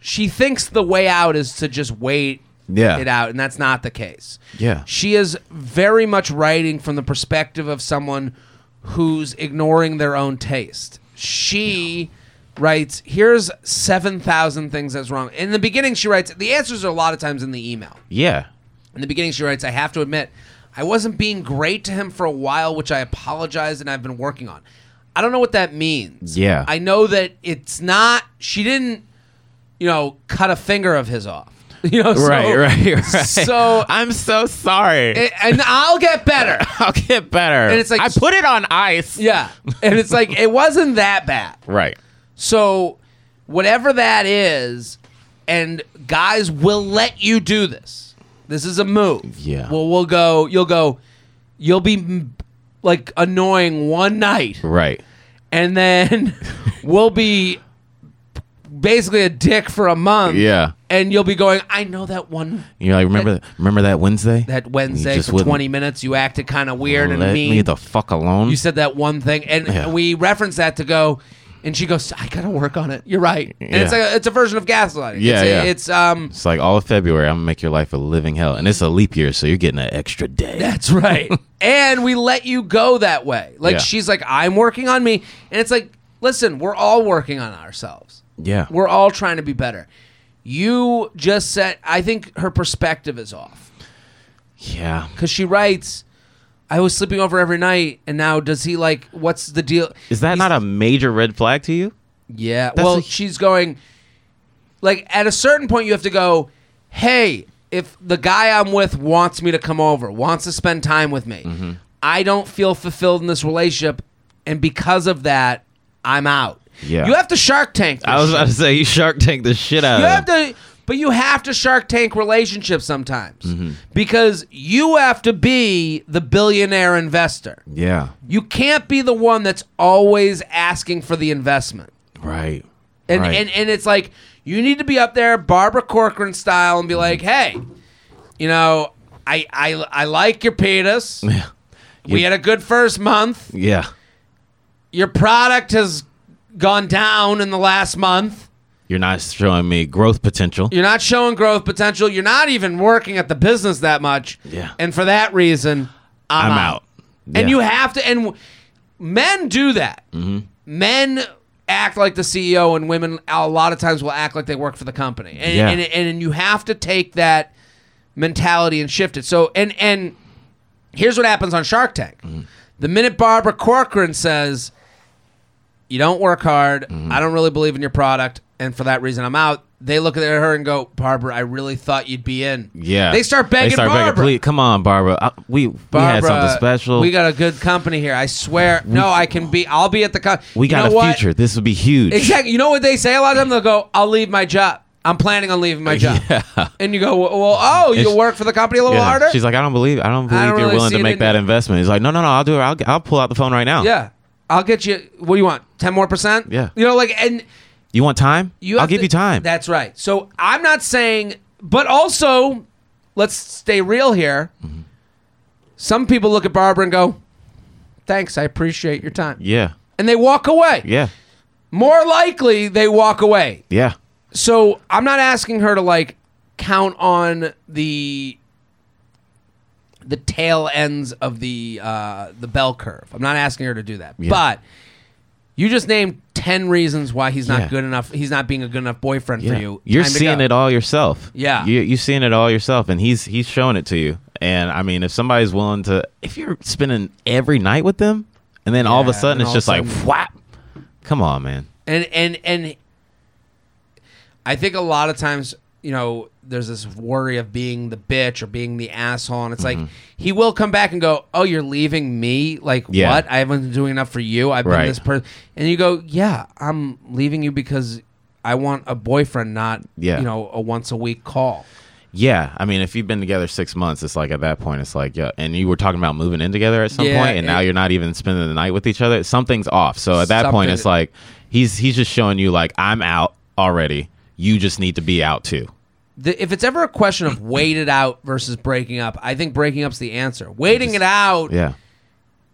Speaker 1: She thinks the way out is to just wait
Speaker 5: Yeah.
Speaker 1: it out, and that's not the case.
Speaker 5: Yeah.
Speaker 1: She is very much writing from the perspective of someone who's ignoring their own taste. She writes, Here's 7,000 things that's wrong. In the beginning, she writes, The answers are a lot of times in the email.
Speaker 5: Yeah.
Speaker 1: In the beginning, she writes, I have to admit, I wasn't being great to him for a while, which I apologize and I've been working on. I don't know what that means.
Speaker 5: Yeah.
Speaker 1: I know that it's not, she didn't, you know, cut a finger of his off. You know, so-
Speaker 5: right, right, right.
Speaker 1: So,
Speaker 5: I'm so sorry.
Speaker 1: and I'll get better.
Speaker 5: I'll get better.
Speaker 1: And it's like-
Speaker 5: I put it on ice.
Speaker 1: Yeah. And it's like, it wasn't that bad.
Speaker 5: Right.
Speaker 1: So, whatever that is, and guys will let you do this. This is a move.
Speaker 5: Yeah.
Speaker 1: Well, we'll go. You'll go. You'll be mm, like annoying one night,
Speaker 5: Right.
Speaker 1: and then we'll be basically a dick for a month.
Speaker 5: Yeah.
Speaker 1: And you'll be going. I know that one
Speaker 5: You're like, remember that, remember that Wednesday?
Speaker 1: that Wednesday
Speaker 5: You just
Speaker 1: for
Speaker 5: wouldn't
Speaker 1: twenty minutes. You acted kind of weird and
Speaker 5: Let
Speaker 1: mean.
Speaker 5: me the fuck alone.
Speaker 1: You said that one thing, and
Speaker 5: Yeah.
Speaker 1: we referenced that to go. And she goes, "I gotta work on it." You're right. And it's like
Speaker 5: Yeah.
Speaker 1: a, it's a version of gaslighting.
Speaker 5: Yeah,
Speaker 1: it's,
Speaker 5: yeah.
Speaker 1: it's um.
Speaker 5: it's like all of February, I'm gonna make your life a living hell, and it's a leap year, so you're getting an extra day.
Speaker 1: That's right. and we let you go that way. Like
Speaker 5: Yeah.
Speaker 1: she's like, "I'm working on me," and it's like, "Listen, we're all working on ourselves.
Speaker 5: Yeah.
Speaker 1: We're all trying to be better." You just said, I think her perspective is off.
Speaker 5: Yeah.
Speaker 1: because she writes, "I was sleeping over every night, and now does he like? What's the deal?
Speaker 5: Is that not a major red flag to you?
Speaker 1: Yeah.
Speaker 5: That's
Speaker 1: well,
Speaker 5: a-
Speaker 1: she's going. Like at a certain point, you have to go. Hey, if the guy I'm with wants me to come over, wants to spend time with me,
Speaker 5: Mm-hmm.
Speaker 1: I don't feel fulfilled in this relationship, and because of that, I'm out.
Speaker 5: Yeah.
Speaker 1: You have to Shark Tank. This
Speaker 5: I was
Speaker 1: shit.
Speaker 5: about to say you Shark Tank the shit out
Speaker 1: You have
Speaker 5: of. them.
Speaker 1: to, but you have to Shark Tank relationships sometimes
Speaker 5: Mm-hmm.
Speaker 1: because you have to be the billionaire investor.
Speaker 5: yeah.
Speaker 1: You can't be the one that's always asking for the investment.
Speaker 5: Right.
Speaker 1: And,
Speaker 5: Right.
Speaker 1: and and it's like you need to be up there Barbara Corcoran style and be like, "Hey,
Speaker 5: Mm-hmm.
Speaker 1: you know, I I I like your penis.
Speaker 5: Yeah.
Speaker 1: We had a good first month.
Speaker 5: Yeah.
Speaker 1: Your product has gone down in the last month.
Speaker 5: You're not showing me growth potential.
Speaker 1: You're not showing growth potential. You're not even working at the business that much.
Speaker 5: Yeah.
Speaker 1: And for that reason, I'm,
Speaker 5: I'm
Speaker 1: out.
Speaker 5: out.
Speaker 1: And
Speaker 5: Yeah. Mm-hmm.
Speaker 1: you have to. And w- men do that. Men act like the CEO, and women a lot of times will act like they work for the company. And
Speaker 5: Yeah.
Speaker 1: and, and, and you have to take that mentality and shift it. So and and here's what happens on Shark Tank.
Speaker 5: Mm-hmm.
Speaker 1: The minute Barbara Corcoran says, "You don't work hard.
Speaker 5: Mm-hmm.
Speaker 1: I don't really believe in your product, and for that reason, I'm out." They look at her and go, "Barbara, I really thought you'd be in."
Speaker 5: Yeah,
Speaker 1: They start begging
Speaker 5: They start
Speaker 1: Barbara.
Speaker 5: Please, come on, Barbara. I, we we had something special.
Speaker 1: We got a good company here. I swear. no, I can be. I'll be at the. Co-
Speaker 5: we
Speaker 1: You
Speaker 5: got
Speaker 1: know
Speaker 5: a
Speaker 1: what?
Speaker 5: future. This would be huge.
Speaker 1: Exactly. You know what they say a lot of them? They'll go, "I'll leave my job. I'm planning on leaving my job." And you go, "Well, oh,
Speaker 5: And
Speaker 1: you
Speaker 5: she-
Speaker 1: work for the company a little
Speaker 5: Yeah.
Speaker 1: harder."
Speaker 5: She's like, I don't believe. I don't believe
Speaker 1: don't
Speaker 5: you're
Speaker 1: really
Speaker 5: willing
Speaker 1: see
Speaker 5: to
Speaker 1: it
Speaker 5: make
Speaker 1: in
Speaker 5: that
Speaker 1: you."
Speaker 5: investment. He's like, No, no, no. I'll do it. I'll, I'll pull out the phone right now.
Speaker 1: "Yeah, I'll get you. What do you want? Ten more percent?"
Speaker 5: Yeah.
Speaker 1: You know, like, and
Speaker 5: You want time?
Speaker 1: you.
Speaker 5: I'll
Speaker 1: have
Speaker 5: give
Speaker 1: to-
Speaker 5: you time.
Speaker 1: That's right. So I'm not saying, but also, let's stay real here.
Speaker 5: Mm-hmm.
Speaker 1: Some people look at Barbara and go, "Thanks, I appreciate your time,"
Speaker 5: yeah.
Speaker 1: and they walk away.
Speaker 5: Yeah.
Speaker 1: more likely they walk away.
Speaker 5: Yeah.
Speaker 1: So I'm not asking her to like count on the the tail ends of the uh, the bell curve. I'm not asking her to do that. But you just named ten reasons why he's not
Speaker 5: Yeah.
Speaker 1: good enough. He's not being a good enough boyfriend
Speaker 5: Yeah.
Speaker 1: for you.
Speaker 5: You're
Speaker 1: Time to
Speaker 5: seeing
Speaker 1: go.
Speaker 5: it all yourself.
Speaker 1: Yeah.
Speaker 5: You, you're seeing it all yourself, and he's he's showing it to you. And I mean, if somebody's willing to, if you're spending every night with them, and then all of
Speaker 1: Yeah,
Speaker 5: a
Speaker 1: and
Speaker 5: sudden it's
Speaker 1: all
Speaker 5: just
Speaker 1: of a
Speaker 5: like,
Speaker 1: sudden-
Speaker 5: whap. Come on, man.
Speaker 1: and and and I think a lot of times, you know, there's this worry of being the bitch or being the asshole, and it's
Speaker 5: Mm-hmm.
Speaker 1: like he will come back and go, "Oh, you're leaving me? Like
Speaker 5: Yeah.
Speaker 1: what? I haven't been doing enough for you. I've been
Speaker 5: Right.
Speaker 1: this person." And you go, "Yeah, I'm leaving you because I want a boyfriend, not
Speaker 5: Yeah.
Speaker 1: you know, a once a week call."
Speaker 5: Yeah, I mean, if you've been together six months, it's like at that point, it's like yeah. And you were talking about moving in together at some
Speaker 1: Yeah,
Speaker 5: point, and now
Speaker 1: it-
Speaker 5: you're not even spending the night with each other. Something's off. So at that point,
Speaker 1: Something-
Speaker 5: it's like he's he's just showing you like I'm out already. You just need to be out too.
Speaker 1: the, if it's ever a question of wait it out versus breaking up, I think breaking up's the answer. Waiting it out
Speaker 5: Yeah,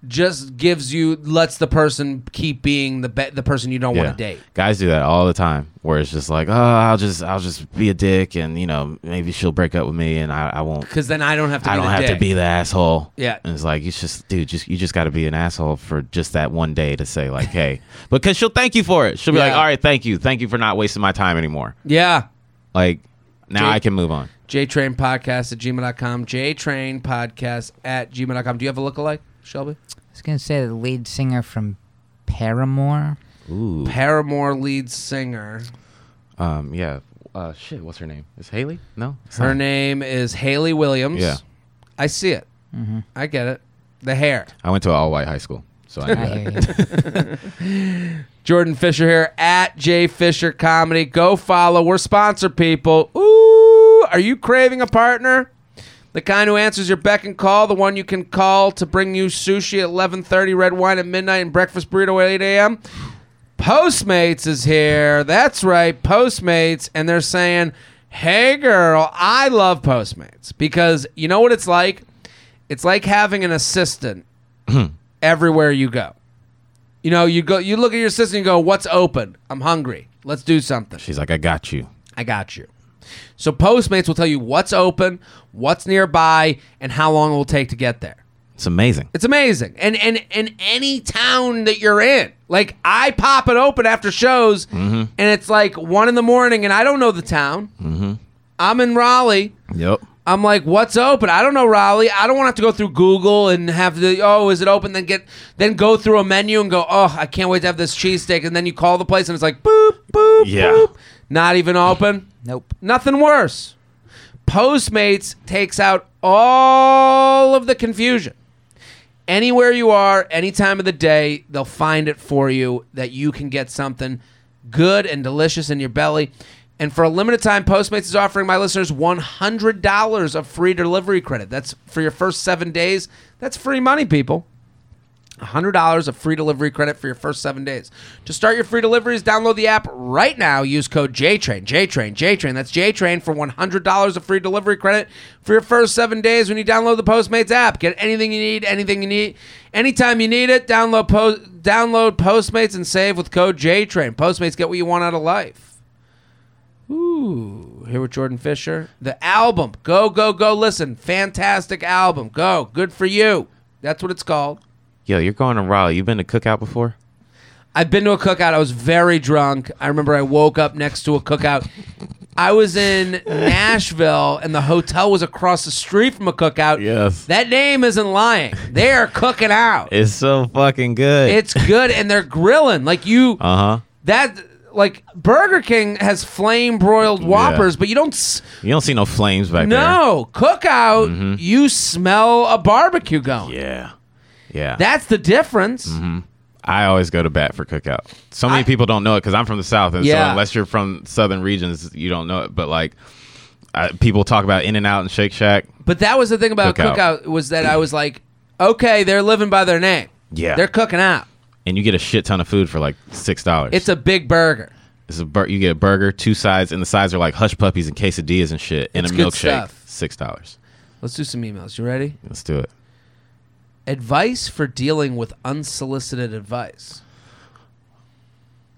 Speaker 1: just gives you lets the person keep being the be- the person you don't
Speaker 5: yeah.
Speaker 1: want to date.
Speaker 5: Guys do that all the time, where it's just like, oh, I'll just I'll just be a dick, and you know maybe she'll break up with me, and I, I won't.
Speaker 1: Because then I don't have to.
Speaker 5: I
Speaker 1: be
Speaker 5: don't
Speaker 1: the
Speaker 5: have to
Speaker 1: dick.
Speaker 5: be the asshole.
Speaker 1: Yeah.
Speaker 5: and it's like it's just, dude, just you just got to be an asshole for just that one day to say like, hey, because she'll thank you for it. She'll be like,
Speaker 1: Yeah.
Speaker 5: all right, thank you, thank you for not wasting my time anymore.
Speaker 1: Yeah.
Speaker 5: Like now
Speaker 1: Dude.
Speaker 5: I can move on.
Speaker 1: JTrain podcast at gmail.com. JTrain podcast at gmail.com. Do you have a lookalike, Shelby?
Speaker 3: I was gonna say the lead singer from Paramore.
Speaker 5: Ooh,
Speaker 1: Paramore lead singer.
Speaker 5: um, yeah, uh, shit, what's her name? Is Haley? No, It's
Speaker 1: Her
Speaker 5: not.
Speaker 1: name is Haley Williams.
Speaker 5: Yeah.
Speaker 1: I see it. I get it. The hair.
Speaker 5: I went to an all white high school, so I knew
Speaker 3: I
Speaker 5: that.
Speaker 3: hear you.
Speaker 1: Jordan Fisher here at J Fisher Comedy. Go follow. We're sponsor people. Ooh, are you craving a partner? The kind who answers your beck and call, the one you can call to bring you sushi at 11:30, red wine at midnight, and breakfast burrito at 8 a.m. Postmates is here. That's right, Postmates, and they're saying, "Hey, girl, I love Postmates because you know what it's like. It's like having an assistant everywhere you go. You know, you go, you look at your assistant, and you go, "What's open? I'm hungry. Let's do something."
Speaker 5: She's like, I got you.
Speaker 1: I got you. So Postmates will tell you what's open, what's nearby, and how long it will take to get there.
Speaker 5: It's amazing.
Speaker 1: It's amazing. And and and any town that you're in. Like I pop it open after shows and it's like one in the morning and I don't know the town. I'm in Raleigh.
Speaker 5: Yep.
Speaker 1: I'm like, what's open? I don't know, Raleigh. I don't want to have to go through Google and have the oh, is it open? Then get then go through a menu and go, oh, I can't wait to have this cheesesteak. And then you call the place and it's like boop boop
Speaker 5: Yeah.
Speaker 1: boop, not even open.
Speaker 3: Nope.
Speaker 1: Nothing worse. Postmates takes out all of the confusion. Anywhere you are, any time of the day, they'll find it for you that you can get something good and delicious in your belly. And for a limited time, Postmates is offering my listeners $100 of free delivery credit. That's for your first seven days. That's free money, people. $100 of free delivery credit for your first seven days. To start your free deliveries, download the app right now. Use code JTRAIN, JTRAIN, JTRAIN. That's JTRAIN for $100 of free delivery credit for your first seven days when you download the Postmates app. Get anything you need, anything you need, anytime you need it. Download, po- download Postmates and save with code JTRAIN. Postmates, get what you want out of life. Ooh, here with Jordan Fisher. The album, go, go, go, listen. Fantastic album. Go, good for you. That's what it's called.
Speaker 5: Yo, you're going to Raleigh. You've been to cookout before?
Speaker 1: I've been to a cookout. I was very drunk. I remember I woke up next to a cookout. I was in Nashville, and the hotel was across the street from a cookout.
Speaker 5: Yes.
Speaker 1: That name isn't lying. They are cooking out.
Speaker 5: It's so fucking good.
Speaker 1: It's good, and they're grilling. Like, you,
Speaker 5: uh huh.
Speaker 1: that, like, Burger King has flame broiled whoppers, but you don't. S-
Speaker 5: You don't see no flames back there. Mm-hmm.
Speaker 1: no, cookout, you smell a barbecue going.
Speaker 5: Yeah. Mm-hmm. Yeah.
Speaker 1: That's the difference.
Speaker 5: I always go to bat for cookout. So many
Speaker 1: I-
Speaker 5: people don't know it because I'm from the South, and
Speaker 1: Yeah.
Speaker 5: so unless you're from southern regions, you don't know it. But like, I, people talk about In and Out and Shake Shack.
Speaker 1: But that was the thing about
Speaker 5: Cookout.
Speaker 1: cookout. was that I was like, okay, they're living by their name.
Speaker 5: Yeah.
Speaker 1: they're cooking out.
Speaker 5: and you get a shit ton of food for like six dollars.
Speaker 1: It's a big burger.
Speaker 5: it's a bur- you get a burger, two sides, and the sides are like hush puppies and quesadillas and shit, and
Speaker 1: It's
Speaker 5: a
Speaker 1: good
Speaker 5: milkshake,
Speaker 1: stuff.
Speaker 5: six dollars.
Speaker 1: Let's do some emails. You ready?
Speaker 5: Let's do it.
Speaker 1: Advice for dealing with unsolicited advice.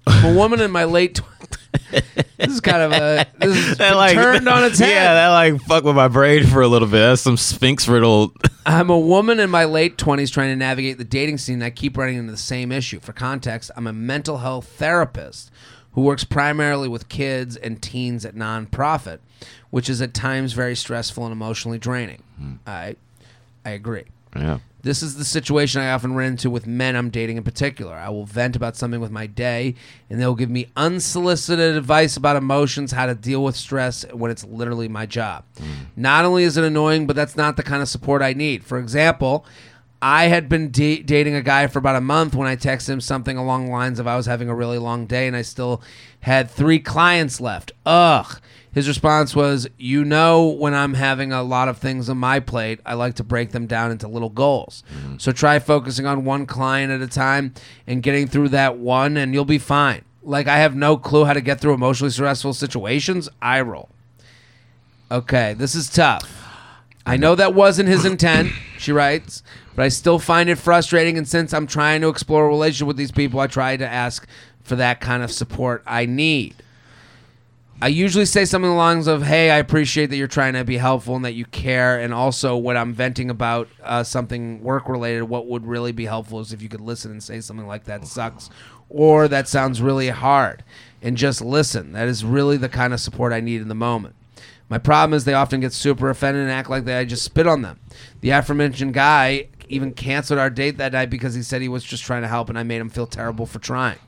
Speaker 1: I'm a woman in my late. Tw- this is kind of a this is turned on its head.
Speaker 5: Yeah, that like fucked with my brain for a little bit. That's some Sphinx riddle.
Speaker 1: I'm a woman in my late 20s trying to navigate the dating scene. and I keep running into the same issue. For context, I'm a mental health therapist who works primarily with kids and teens at nonprofit,
Speaker 5: Hmm.
Speaker 1: which is at times very stressful and emotionally draining. I I agree.
Speaker 5: yeah.
Speaker 1: This is the situation I often run into with men I'm dating in particular. I will vent about something with my day, and they'll give me unsolicited advice about emotions, how to deal with stress when it's literally my job. Not only is it annoying, but that's not the kind of support I need. For example, I had been da- dating a guy for about a month when I texted him something along the lines of I was having a really long day and I still had three clients left. Ugh. His response was, You know, when I'm having a lot of things on my plate, I like to break them down into little goals. So try focusing on one client at a time and getting through that one, and you'll be fine. Like, I have no clue how to get through emotionally stressful situations. I roll. Okay, this is tough. I know that wasn't his intent, she writes, but I still find it frustrating. And since I'm trying to explore a relationship with these people, I try to ask for that kind of support I need. I usually say something along the lines of, "Hey, I appreciate that you're trying to be helpful and that you care, and also when I'm venting about uh, something work related, what would really be helpful is if you could listen and say something like that sucks, or that sounds really hard, and just listen. That is really the kind of support I need in the moment." My problem is they often get super offended and act like that I just spit on them. The aforementioned guy even canceled our date that night because he said he was just trying to help and I made him feel terrible for trying.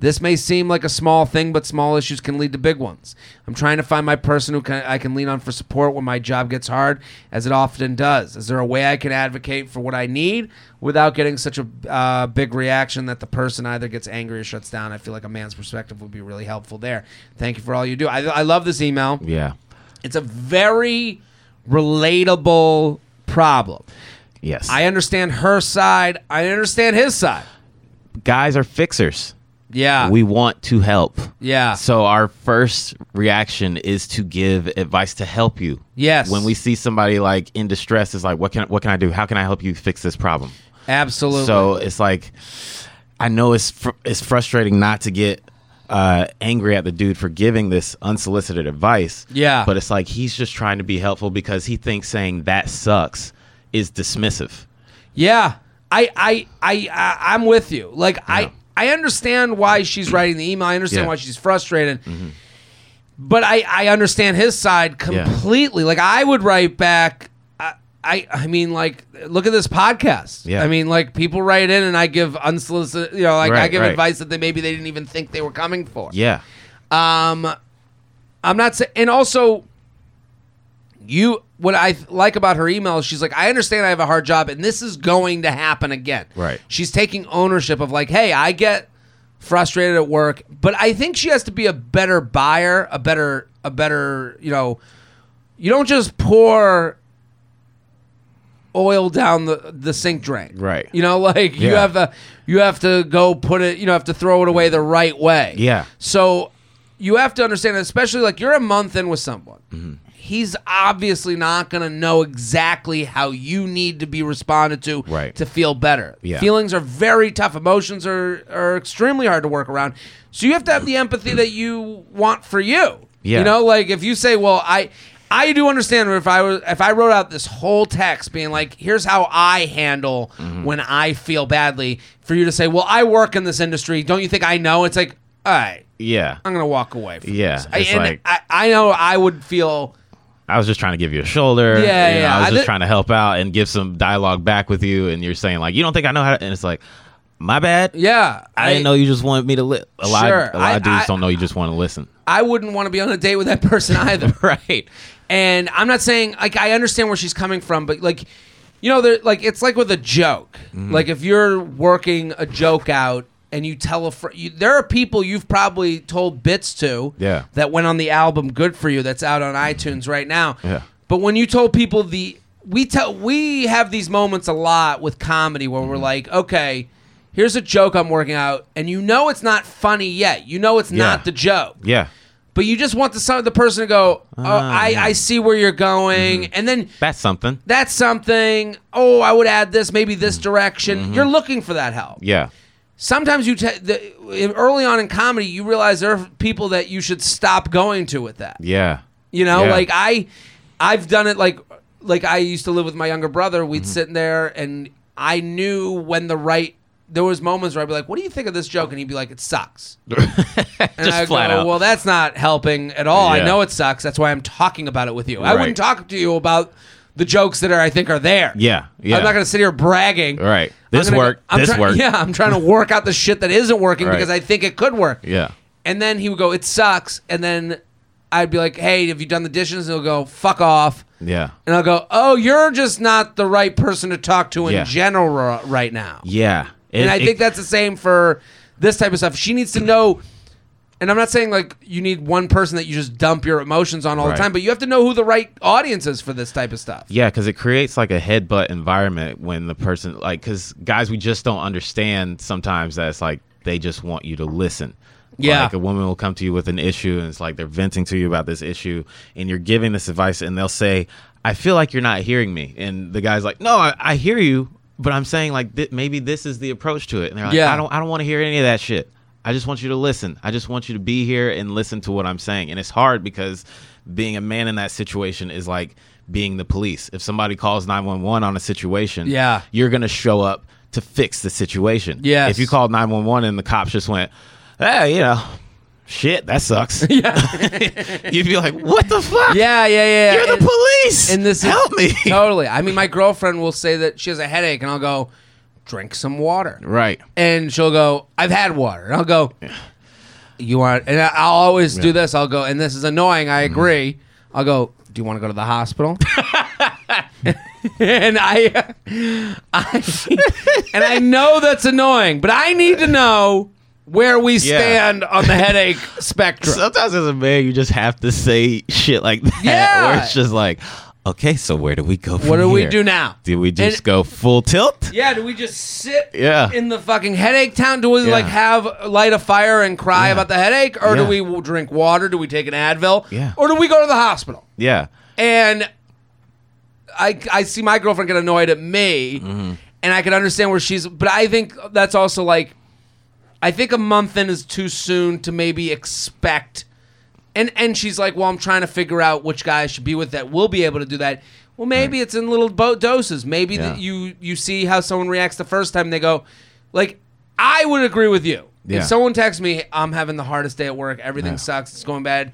Speaker 1: This may seem like a small thing, but small issues can lead to big ones. I'm trying to find my person who can, I can lean on for support when my job gets hard, as it often does. Is there a way I can advocate for what I need without getting such a uh, big reaction that the person either gets angry or shuts down? I feel like a man's perspective would be really helpful there. Thank you for all you do. I, I love this email.
Speaker 5: Yeah.
Speaker 1: It's a very relatable problem.
Speaker 5: Yes.
Speaker 1: I understand her side. I understand his side.
Speaker 5: guys are fixers.
Speaker 1: Yeah.
Speaker 5: we want to help.
Speaker 1: Yeah.
Speaker 5: So our first reaction is to give advice to help you.
Speaker 1: Yes.
Speaker 5: When we see somebody like in distress, it's like, what can what can I do? How can I help you fix this problem?
Speaker 1: absolutely.
Speaker 5: So it's like, I know it's fr- it's frustrating not to get uh, angry at the dude for giving this unsolicited advice.
Speaker 1: Yeah.
Speaker 5: But it's like he's just trying to be helpful because he thinks saying that sucks is dismissive.
Speaker 1: yeah. I I I, I I'm with you. Like I I understand why she's writing the email. I understand
Speaker 5: Yeah. Mm-hmm.
Speaker 1: why she's frustrated. But I I understand his side completely. Like I would write back I, I I mean like look at this podcast.
Speaker 5: Yeah.
Speaker 1: I mean like people write in and I give unsolicited you know like I
Speaker 5: Right,
Speaker 1: give
Speaker 5: right.
Speaker 1: advice that they maybe they didn't even think they were coming for.
Speaker 5: Yeah.
Speaker 1: Um, I'm not saying, and also, you what I like about her email is she's like, I understand I have a hard job, and this is going to happen again.
Speaker 5: Right.
Speaker 1: She's taking ownership of like, hey, I get frustrated at work, but I think she has to be a better buyer, a better, a better, you know, you don't just pour oil down the the sink drain.
Speaker 5: Right.
Speaker 1: You know, like you
Speaker 5: Yeah.
Speaker 1: have to you have to go put it, you know, have to throw it away the right way.
Speaker 5: Yeah.
Speaker 1: So you have to understand, especially like you're a month in with someone.
Speaker 5: Mm-hmm.
Speaker 1: He's obviously not going to know exactly how you need to be responded to
Speaker 5: Right.
Speaker 1: to feel better.
Speaker 5: Yeah.
Speaker 1: Feelings are very tough. Emotions are are extremely hard to work around. So you have to have the empathy that you want for you.
Speaker 5: Yeah.
Speaker 1: You know, like if you say, "Well, I I do understand if I was if I wrote out this whole text being like, here's how I handle
Speaker 5: Mm-hmm.
Speaker 1: when I feel badly," for you to say, "Well, I work in this industry. Don't you think I know?" It's like, "All right,
Speaker 5: Yeah.
Speaker 1: I'm gonna walk away from
Speaker 5: Yeah,
Speaker 1: this. I,
Speaker 5: it's
Speaker 1: and
Speaker 5: like-
Speaker 1: I, I know I would feel
Speaker 5: I was just trying to give you a shoulder.
Speaker 1: Yeah,
Speaker 5: you know,
Speaker 1: yeah.
Speaker 5: I was
Speaker 1: I
Speaker 5: just
Speaker 1: thi-
Speaker 5: trying to help out and give some dialogue back with you, and you're saying like, you don't think I know how to, and it's like, my bad.
Speaker 1: yeah.
Speaker 5: I, didn't know you just wanted me to listen. A lot,
Speaker 1: Sure,
Speaker 5: a lot of
Speaker 1: I-
Speaker 5: dudes
Speaker 1: I-
Speaker 5: don't know you just want to listen.
Speaker 1: I wouldn't want to be on a date with that person either. right. And I'm not saying like I understand where she's coming from, but like you know, there like it's like with a joke.
Speaker 5: Mm-hmm.
Speaker 1: Like if you're working a joke out and you tell a fr- you, there are people you've probably told bits to
Speaker 5: Yeah. Mm-hmm.
Speaker 1: that went on the album Good for You that's out on iTunes right now.
Speaker 5: Yeah.
Speaker 1: But when you told people the we tell we have these moments a lot with comedy where
Speaker 5: Mm-hmm.
Speaker 1: we're like, okay, here's a joke I'm working out, and you know it's not funny yet. You know it's not the joke
Speaker 5: Yeah,
Speaker 1: but you just want the son, the person to go. Oh,
Speaker 5: Ah,
Speaker 1: I I see where you're going,
Speaker 5: Mm-hmm.
Speaker 1: and then
Speaker 5: that's something.
Speaker 1: that's something. Oh, I would add this, maybe this direction. You're looking for that help.
Speaker 5: Mm-hmm. Yeah,
Speaker 1: Sometimes you te- the, early on in comedy, you realize there are people that you should stop going to with that.
Speaker 5: yeah,
Speaker 1: You know,
Speaker 5: Yeah.
Speaker 1: like I, I've done it like, like I used to live with my younger brother.
Speaker 5: Mm-hmm.
Speaker 1: We'd sit there, and I knew when the right. There was moments where I'd be like, "What do you think of this joke?" And he'd be like, "It sucks." and
Speaker 5: just
Speaker 1: I'd
Speaker 5: flat
Speaker 1: go,
Speaker 5: out.
Speaker 1: Well, that's not helping at all. I
Speaker 5: Yeah.
Speaker 1: know it sucks. That's why I'm talking about it with you. I
Speaker 5: Right.
Speaker 1: wouldn't talk to you about the jokes that are I think are there.
Speaker 5: Yeah, yeah.
Speaker 1: I'm not going to sit here bragging.
Speaker 5: All right.
Speaker 1: I'm
Speaker 5: This
Speaker 1: gonna-
Speaker 5: worked.
Speaker 1: I'm
Speaker 5: This
Speaker 1: try-
Speaker 5: worked.
Speaker 1: Yeah, I'm trying to work out the shit that isn't working
Speaker 5: Right.
Speaker 1: because I think it could work.
Speaker 5: Yeah.
Speaker 1: And then he would go, "It sucks." And then I'd be like, "Hey, have you done the dishes?" And he'll go, "Fuck off."
Speaker 5: Yeah.
Speaker 1: And I'll go, "Oh, you're just not the right person to talk to in
Speaker 5: Yeah.
Speaker 1: general right now."
Speaker 5: Yeah. It-
Speaker 1: and I
Speaker 5: it-
Speaker 1: think that's the same for this type of stuff. She needs to know, and I'm not saying like you need one person that you just dump your emotions on all
Speaker 5: Right.
Speaker 1: the time, but you have to know who the right audience is for this type of stuff.
Speaker 5: Yeah, because it creates like a headbutt environment when the person, like, because guys, we just don't understand sometimes that it's like they just want you to listen.
Speaker 1: Yeah.
Speaker 5: Like a woman will come to you with an issue and it's like they're venting to you about this issue and you're giving this advice and they'll say, I feel like you're not hearing me. And the guy's like, No, I, I hear you, but I'm saying like th- maybe this is the approach to it. And they're like,
Speaker 1: Yeah.
Speaker 5: I don't, I don't want to hear any of that shit. I just want you to listen. I just want you to be here and listen to what I'm saying. And it's hard because being a man in that situation is like being the police. If somebody calls 911 on a situation,
Speaker 1: Yeah.
Speaker 5: you're going to show up to fix the situation.
Speaker 1: Yes.
Speaker 5: If you called 911 and the cops just went, hey, you know, shit, that sucks. Yeah. You'd be like, what the fuck?
Speaker 1: Yeah, yeah, yeah.
Speaker 5: You're the
Speaker 1: And-
Speaker 5: police.
Speaker 1: And this is-
Speaker 5: Help me.
Speaker 1: totally. I mean, my girlfriend will say that she has a headache, and I'll go, drink some water.
Speaker 5: Right.
Speaker 1: And she'll go, I've had water. And I'll go, you want, and I- I'll always do this. I'll go, and this is annoying. I
Speaker 5: Mm-hmm.
Speaker 1: agree. I'll go, do you want to go to the hospital? and I, I, and I know that's annoying, but I need to know where we
Speaker 5: Yeah.
Speaker 1: stand on the headache spectrum.
Speaker 5: Sometimes as a man, you just have to say shit like that.
Speaker 1: Yeah.
Speaker 5: Where it's just like, okay, so where do we go from
Speaker 1: what do we
Speaker 5: here?
Speaker 1: do now?
Speaker 5: Do we just
Speaker 1: And-
Speaker 5: go full tilt?
Speaker 1: Yeah, do we just sit
Speaker 5: Yeah.
Speaker 1: in the fucking headache town? Do we
Speaker 5: Yeah.
Speaker 1: like have light a fire and cry about the headache? Or do
Speaker 5: Yeah.
Speaker 1: we w- drink water? Do we take an Advil?
Speaker 5: Yeah.
Speaker 1: Or do we go to the hospital?
Speaker 5: Yeah.
Speaker 1: And I, I see my girlfriend get annoyed at me,
Speaker 5: Mm-hmm.
Speaker 1: and I can understand where she's. But I think that's also like, I think a month in is too soon to maybe expect. And and she's like, well, I'm trying to figure out which guy I should be with that will be able to do that. Well, maybe it's in little bo- doses. Maybe
Speaker 5: Yeah.
Speaker 1: that you you see how someone reacts the first time. They go, like, I would agree with you.
Speaker 5: Yeah.
Speaker 1: If someone texts me, I'm having the hardest day at work. Everything
Speaker 5: Yeah.
Speaker 1: sucks. It's going bad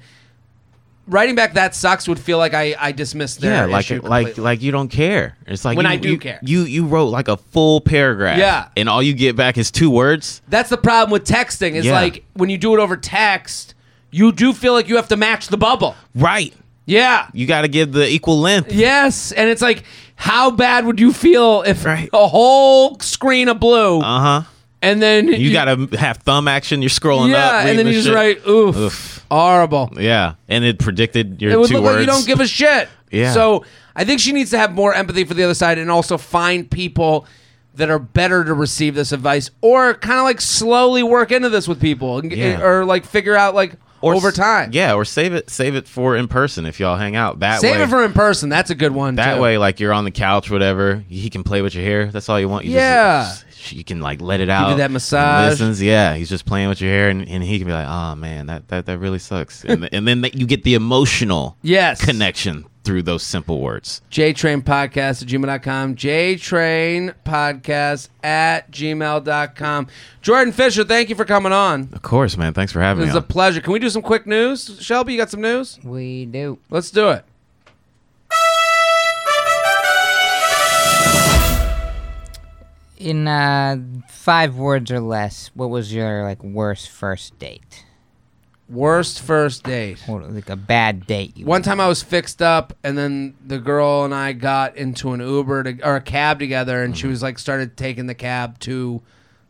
Speaker 1: writing back that sucks would feel like I I dismissed their
Speaker 5: yeah, like
Speaker 1: issue
Speaker 5: like
Speaker 1: completely.
Speaker 5: like you don't care. It's like
Speaker 1: When
Speaker 5: you-
Speaker 1: I do
Speaker 5: you-
Speaker 1: care.
Speaker 5: You you wrote like a full paragraph.
Speaker 1: Yeah.
Speaker 5: and all you get back is two words.
Speaker 1: that's the problem with texting is
Speaker 5: Yeah.
Speaker 1: like when you do it over text, you do feel like you have to match the bubble.
Speaker 5: Right.
Speaker 1: Yeah.
Speaker 5: You got to give the equal length.
Speaker 1: Yes, and it's like how bad would you feel if
Speaker 5: Right.
Speaker 1: a whole screen of blue
Speaker 5: Uh huh.
Speaker 1: and then
Speaker 5: You, got to have thumb action. You're scrolling up.
Speaker 1: yeah,
Speaker 5: reading
Speaker 1: and then
Speaker 5: the
Speaker 1: you just
Speaker 5: shit.
Speaker 1: write oof,
Speaker 5: Oof.
Speaker 1: horrible.
Speaker 5: Yeah, and it predicted your
Speaker 1: It would
Speaker 5: two
Speaker 1: look
Speaker 5: words.
Speaker 1: like you don't give a shit.
Speaker 5: Yeah.
Speaker 1: So I think she needs to have more empathy for the other side and also find people that are better to receive this advice or kind of like slowly work into this with people and,
Speaker 5: Yeah.
Speaker 1: or like figure out like
Speaker 5: Or
Speaker 1: over
Speaker 5: s-
Speaker 1: time.
Speaker 5: Yeah, or save it. Save it for in person if y'all hang out. That
Speaker 1: Save
Speaker 5: way,
Speaker 1: it for in person. That's a good one.
Speaker 5: that
Speaker 1: too.
Speaker 5: way, like you're on the couch, whatever. He can play with your hair. That's all you want. You
Speaker 1: Yeah.
Speaker 5: just, just- you can like let it out.
Speaker 1: that
Speaker 5: He
Speaker 1: massage.
Speaker 5: Listens. Yeah, he's just playing with your hair, and, and he can be like, "Oh man, that that, that really sucks." And, th- and then that you get the emotional
Speaker 1: Yes.
Speaker 5: connection through those simple words.
Speaker 1: JTrain Podcast at gmail.com. JTrain Podcast at gmail.com. Jordan Fisher, thank you for coming on.
Speaker 5: Of course, man. Thanks for
Speaker 1: It
Speaker 5: having
Speaker 1: was
Speaker 5: me.
Speaker 1: a
Speaker 5: On.
Speaker 1: pleasure. Can we do some quick news? Shelby, you got some news?
Speaker 3: We do.
Speaker 1: Let's do it.
Speaker 3: In uh, five words or less, what was your like worst first date?
Speaker 1: Worst first date.
Speaker 3: Or, like a bad date? You
Speaker 1: One time I was fixed up, and then the girl and I got into an Uber to, or a cab together, and she
Speaker 5: Mm-hmm.
Speaker 1: was like started taking the cab to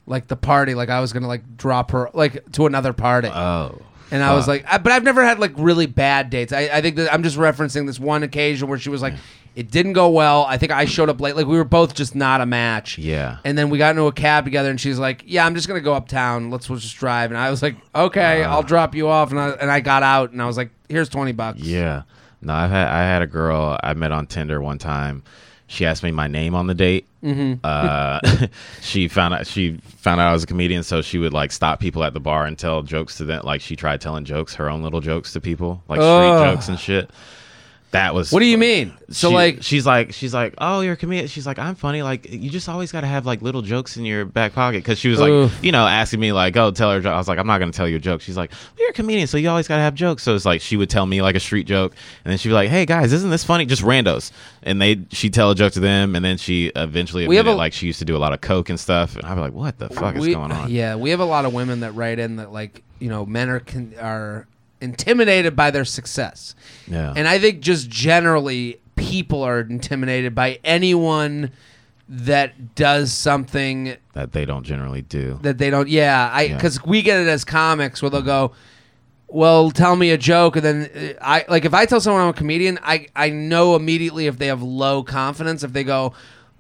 Speaker 1: like the party, like I was gonna like drop her like to another party,
Speaker 5: Oh,
Speaker 1: and I was like, I, but I've never had like really bad dates. I, I think that I'm just referencing this one occasion where she was like, it didn't go well. I think I showed up late, like we were both just not a match.
Speaker 5: Yeah.
Speaker 1: and then we got into a cab together, and she's like, yeah, I'm just gonna go uptown. Let's we'll just drive, and I was like, okay,
Speaker 5: Uh.
Speaker 1: I'll drop you off, and I and I got out, and I was like, here's twenty bucks.
Speaker 5: Yeah. No, I've had I had a girl I met on Tinder one time. She asked me my name on the date. Mm-hmm. Uh, she found out she found out I was a comedian, so she would like stop people at the bar and tell jokes to them. Like she tried telling jokes, her own little jokes to people, like street
Speaker 1: Ugh.
Speaker 5: jokes and shit. that was
Speaker 1: What do you mean? So
Speaker 5: she-
Speaker 1: like,
Speaker 5: she's like she's like oh you're a comedian she's like i'm funny like you just always got to have like little jokes in your back pocket because she was like
Speaker 1: Oof.
Speaker 5: you know asking me like oh tell her a joke. i was like i'm not gonna tell you a joke she's like well, you're a comedian so you always gotta have jokes so it's like she would tell me like a street joke and then she'd be like hey guys isn't this funny just randos and they she'd tell a joke to them and then she eventually
Speaker 1: We have
Speaker 5: admitted
Speaker 1: a-
Speaker 5: like she used to do a lot of coke and stuff and i'd be like what the fuck
Speaker 1: we,
Speaker 5: is going on
Speaker 1: yeah, we have a lot of women that write in that like, you know, men are con- are intimidated by their success.
Speaker 5: yeah
Speaker 1: And I think just generally people are intimidated by anyone that does something
Speaker 5: that they don't generally do
Speaker 1: that they don't yeah, I
Speaker 5: Yeah.
Speaker 1: cuz we get it as comics where they'll go well, tell me a joke, and then uh, I like if I tell someone I'm a comedian, I I know immediately if they have low confidence. If they go,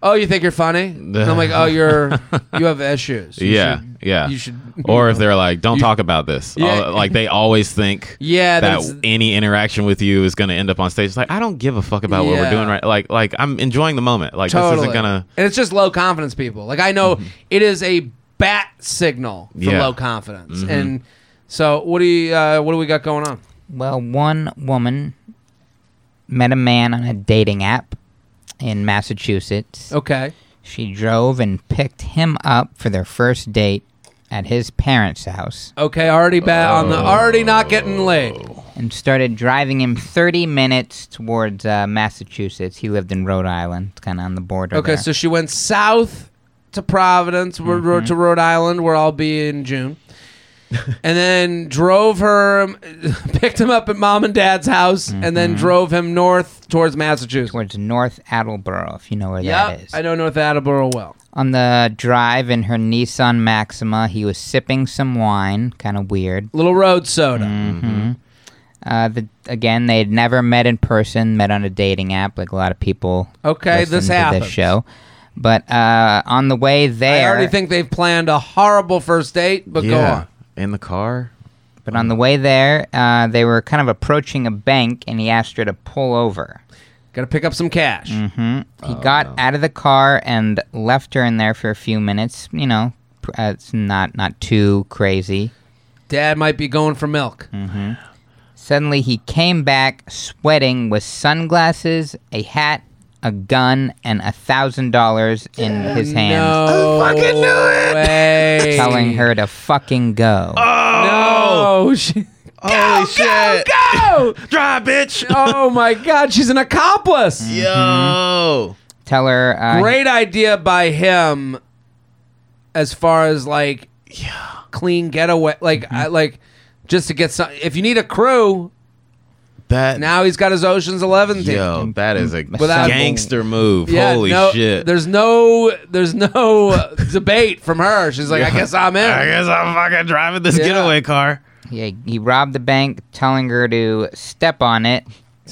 Speaker 1: "Oh, you think you're funny," and I'm like, "Oh, you're you have issues." You
Speaker 5: yeah,
Speaker 1: should-
Speaker 5: yeah.
Speaker 1: you should.
Speaker 5: Or if they're like, "Don't
Speaker 1: You-
Speaker 5: talk about this,"
Speaker 1: Yeah.
Speaker 5: All- like they always think,
Speaker 1: Yeah, that
Speaker 5: that,
Speaker 1: it's-
Speaker 5: any interaction with you is going to end up on stage. It's like, I don't give a fuck about what
Speaker 1: Yeah.
Speaker 5: we're doing right. Like, like I'm enjoying the moment. Like this isn't gonna. Mm-hmm.
Speaker 1: And it's just low confidence people. Like I know it is a bat signal for
Speaker 5: Yeah. Mm-hmm.
Speaker 1: low confidence. And so what do you uh, what do we got going on?
Speaker 3: Well, one woman met a man on a dating app in Massachusetts.
Speaker 1: Okay.
Speaker 3: She drove and picked him up for their first date at his parents' house
Speaker 1: Okay, already bat on the already not
Speaker 5: Oh.
Speaker 1: getting laid.
Speaker 3: and started driving him 30 minutes towards uh, Massachusetts. He lived in Rhode Island, it's kind of on the border.
Speaker 1: Okay,
Speaker 3: there.
Speaker 1: so she went south to Providence, ro- ro-
Speaker 3: Mm-hmm.
Speaker 1: to Rhode Island, where I'll be in June. and then drove her, um, picked him up at mom and dad's house, and then
Speaker 3: Mm-hmm.
Speaker 1: drove him north towards Massachusetts.
Speaker 3: towards North Attleboro, if you know where that
Speaker 1: Yeah,
Speaker 3: is.
Speaker 1: I know North Attleboro well.
Speaker 3: On the drive in her Nissan Maxima, he was sipping some wine, kind of weird.
Speaker 1: Little road soda.
Speaker 3: Mm.
Speaker 1: Mm-hmm.
Speaker 3: Uh, the, again, they had never met in person, met on a dating app, like a lot of people.
Speaker 1: Okay,
Speaker 3: listen
Speaker 1: this
Speaker 3: to
Speaker 1: happens.
Speaker 3: This show, but uh, on the way
Speaker 1: I
Speaker 3: there,
Speaker 1: already think they've planned a horrible first date, but go on.
Speaker 5: in the car.
Speaker 3: but on the way there, uh, they were kind of approaching a bank, and he asked her to pull over.
Speaker 1: Got to pick up some cash.
Speaker 3: Mm. He
Speaker 1: Oh,
Speaker 3: got out of the car and left her in there for a few minutes. You know, pr- uh, it's not not too crazy.
Speaker 1: Dad might be going for milk.
Speaker 3: Mm. Suddenly, he came back sweating with sunglasses, a hat, a gun, and a thousand dollars in his hand,
Speaker 1: No Oh, fucking way.
Speaker 3: telling her to fucking go.
Speaker 1: Uh, No. She,
Speaker 5: Holy shit!
Speaker 1: go!
Speaker 5: Drive, bitch.
Speaker 1: oh my God, she's an accomplice.
Speaker 5: Yo.
Speaker 3: Tell her, uh,
Speaker 1: Great idea by him, as far as like clean getaway, like
Speaker 5: Mm-hmm.
Speaker 1: I, like just to get some. If you need a crew,
Speaker 5: That
Speaker 1: now he's got his Ocean's Eleven team.
Speaker 5: Yo, that is a
Speaker 1: Without-
Speaker 5: gangster move.
Speaker 1: Yeah,
Speaker 5: Holy
Speaker 1: no,
Speaker 5: shit!
Speaker 1: There's no there's no uh, debate from her. She's like, I guess I'm in.
Speaker 5: I guess I'm fucking driving this
Speaker 1: Yeah.
Speaker 5: getaway car.
Speaker 3: Yeah, he robbed the bank, telling her to step on it,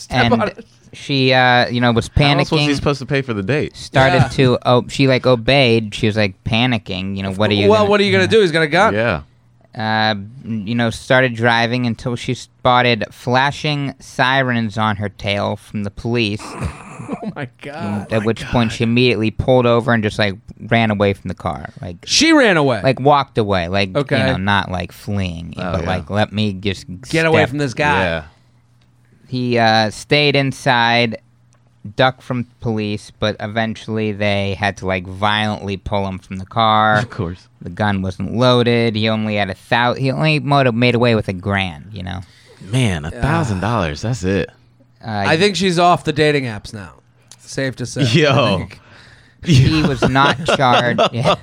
Speaker 3: and
Speaker 1: on it.
Speaker 3: she, uh, you know, was
Speaker 5: How else was he
Speaker 3: panicking.
Speaker 5: supposed to pay for the date?
Speaker 3: started
Speaker 1: Yeah.
Speaker 3: to, oh, she like obeyed. She was like panicking. You know, what are you?
Speaker 1: well,
Speaker 3: gonna,
Speaker 1: what are you gonna do? He's got a gun.
Speaker 5: Yeah.
Speaker 3: Uh, you know, started driving until she spotted flashing sirens on her tail from the police.
Speaker 1: Oh my god.
Speaker 3: at which point, she immediately pulled over and just like ran away from the car, like
Speaker 1: She ran away.
Speaker 3: like walked away, like
Speaker 1: Okay. Oh,
Speaker 3: you know, not like fleeing, but
Speaker 5: yeah.
Speaker 3: like let me just
Speaker 1: Get away
Speaker 3: step
Speaker 1: from this guy.
Speaker 5: Yeah.
Speaker 3: he uh, stayed inside, ducked from police, but eventually they had to like violently pull him from the car.
Speaker 5: Of course.
Speaker 3: The gun wasn't loaded. He only had a thou. He only made, made away with a grand. You know.
Speaker 5: Man, a thousand dollars. That's it.
Speaker 3: Uh,
Speaker 1: I think she's off the dating apps now. Safe to say. I
Speaker 5: Yo.
Speaker 1: think,
Speaker 3: he was not charged. Yeah.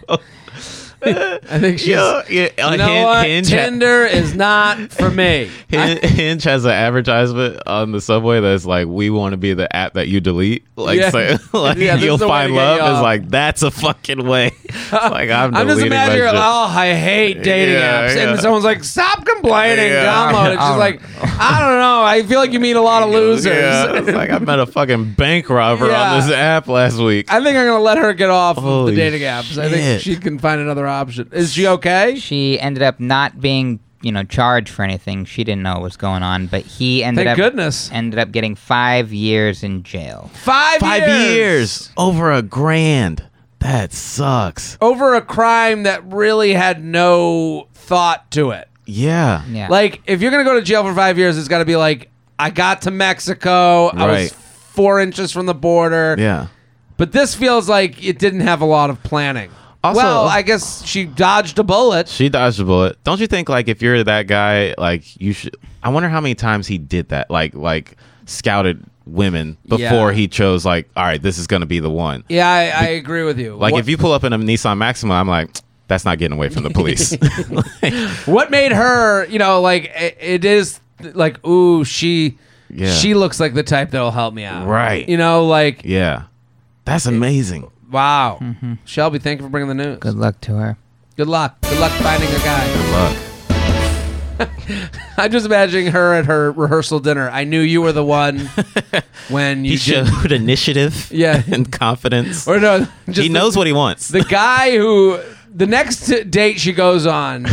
Speaker 1: I think she's.
Speaker 5: Yo. Yeah.
Speaker 1: You know what? Tinder is not for me.
Speaker 5: Hin- Hinge has an advertisement on the subway that's like, "We want to be the app that you delete." Like,
Speaker 1: Yeah.
Speaker 5: so, like
Speaker 1: Yeah, this is
Speaker 5: you'll
Speaker 1: the way
Speaker 5: find
Speaker 1: to get
Speaker 5: love.
Speaker 1: you off.
Speaker 5: It's like that's a fucking way. It's like I'm,
Speaker 1: I'm just
Speaker 5: deleting my
Speaker 1: imagining,
Speaker 5: shit.
Speaker 1: oh, I hate dating
Speaker 5: Yeah,
Speaker 1: apps. And
Speaker 5: yeah.
Speaker 1: someone's like, stop complaining,
Speaker 5: Yeah.
Speaker 1: Gummo. And she's
Speaker 3: All
Speaker 1: like, I don't know. I feel like you meet a lot of losers.
Speaker 5: Yeah, it's like I met a fucking bank robber
Speaker 1: Yeah.
Speaker 5: on this app last week.
Speaker 1: I think I'm going to let her get off of the
Speaker 5: Holy
Speaker 1: dating apps. I think
Speaker 5: shit.
Speaker 1: she can find another option. Is she okay?
Speaker 3: She ended up not being, you know, charged for anything. She didn't know what was going on, but he ended
Speaker 1: Thank
Speaker 3: up
Speaker 1: goodness.
Speaker 3: ended up getting five years in jail.
Speaker 1: Five,
Speaker 5: Five
Speaker 1: years.
Speaker 5: years over a grand. That sucks.
Speaker 1: Over a crime that really had no thought to it.
Speaker 5: Yeah.
Speaker 3: Yeah.
Speaker 1: Like, if you're going to go to jail for five years, it's got to be like I got to Mexico. I was
Speaker 5: Right.
Speaker 1: four inches from the border.
Speaker 5: Yeah.
Speaker 1: But this feels like it didn't have a lot of planning.
Speaker 5: Also-
Speaker 1: well, I guess she dodged a bullet.
Speaker 5: She dodged a bullet. Don't you think like if you're that guy, like you should I wonder how many times he did that. Like like scouted women before
Speaker 1: Yeah.
Speaker 5: he chose like, all right, this is gonna be the one.
Speaker 1: Yeah, I, I agree with you.
Speaker 5: Like
Speaker 1: what,
Speaker 5: if you pull up in a Nissan Maxima, I'm like, that's not getting away from the police.
Speaker 1: what made her, you know, like it, it is like ooh, she
Speaker 5: Yeah.
Speaker 1: she looks like the type that'll help me out.
Speaker 5: Right.
Speaker 1: You know, like
Speaker 5: yeah. That's amazing.
Speaker 1: wow. Shelby, thank you for bringing the news.
Speaker 3: Good luck to her.
Speaker 1: Good luck. Good luck finding a guy.
Speaker 5: Look.
Speaker 1: I'm just imagining her at her rehearsal dinner. I knew you were the one when you
Speaker 5: He
Speaker 1: did-
Speaker 5: showed initiative
Speaker 1: Yeah.
Speaker 5: and confidence.
Speaker 1: or no, just
Speaker 5: he
Speaker 1: the-
Speaker 5: knows what he wants.
Speaker 1: the guy who the next t- date she goes on,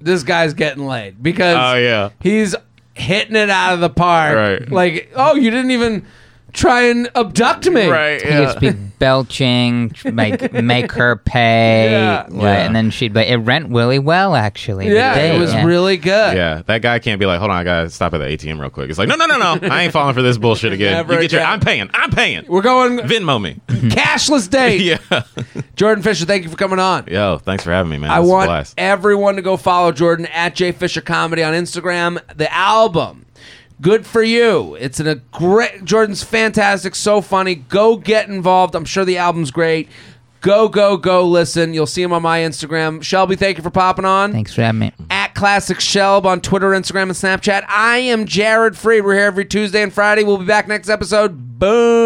Speaker 1: this guy's getting laid because
Speaker 5: Oh, yeah.
Speaker 1: he's hitting it out of the park.
Speaker 5: Right.
Speaker 1: Like, oh, you didn't even try and abduct me.
Speaker 3: He used to be belching, tr- like make her pay,
Speaker 1: Yeah.
Speaker 3: like, and then she. But it went really well, actually. the
Speaker 1: Yeah,
Speaker 3: date,
Speaker 1: it was
Speaker 3: yeah.
Speaker 1: really good.
Speaker 5: Yeah, that guy can't be like, hold on, I gotta stop at the ATM real quick. It's like, no, no, no, no, I ain't falling for this bullshit again.
Speaker 1: Never
Speaker 5: you get your,
Speaker 1: again.
Speaker 5: I'm paying, I'm paying.
Speaker 1: We're going
Speaker 5: Venmo me.
Speaker 1: cashless date.
Speaker 5: yeah.
Speaker 1: Jordan Fisher, thank you for coming on.
Speaker 5: Yo, thanks for having me, man.
Speaker 1: I
Speaker 5: This is a
Speaker 1: want
Speaker 5: blast.
Speaker 1: everyone to go follow Jordan at J Fisher Comedy on Instagram. The album, good for you. It's in a great. Jordan's fantastic, so funny. Go get involved. I'm sure the album's great. Go go go! Listen, you'll see him on my Instagram. Shelby, thank you for popping on.
Speaker 3: Thanks for having me.
Speaker 1: At Classic Shelb on Twitter, Instagram, and Snapchat. I am Jared Free. We're here every Tuesday and Friday. We'll be back next episode. Boom.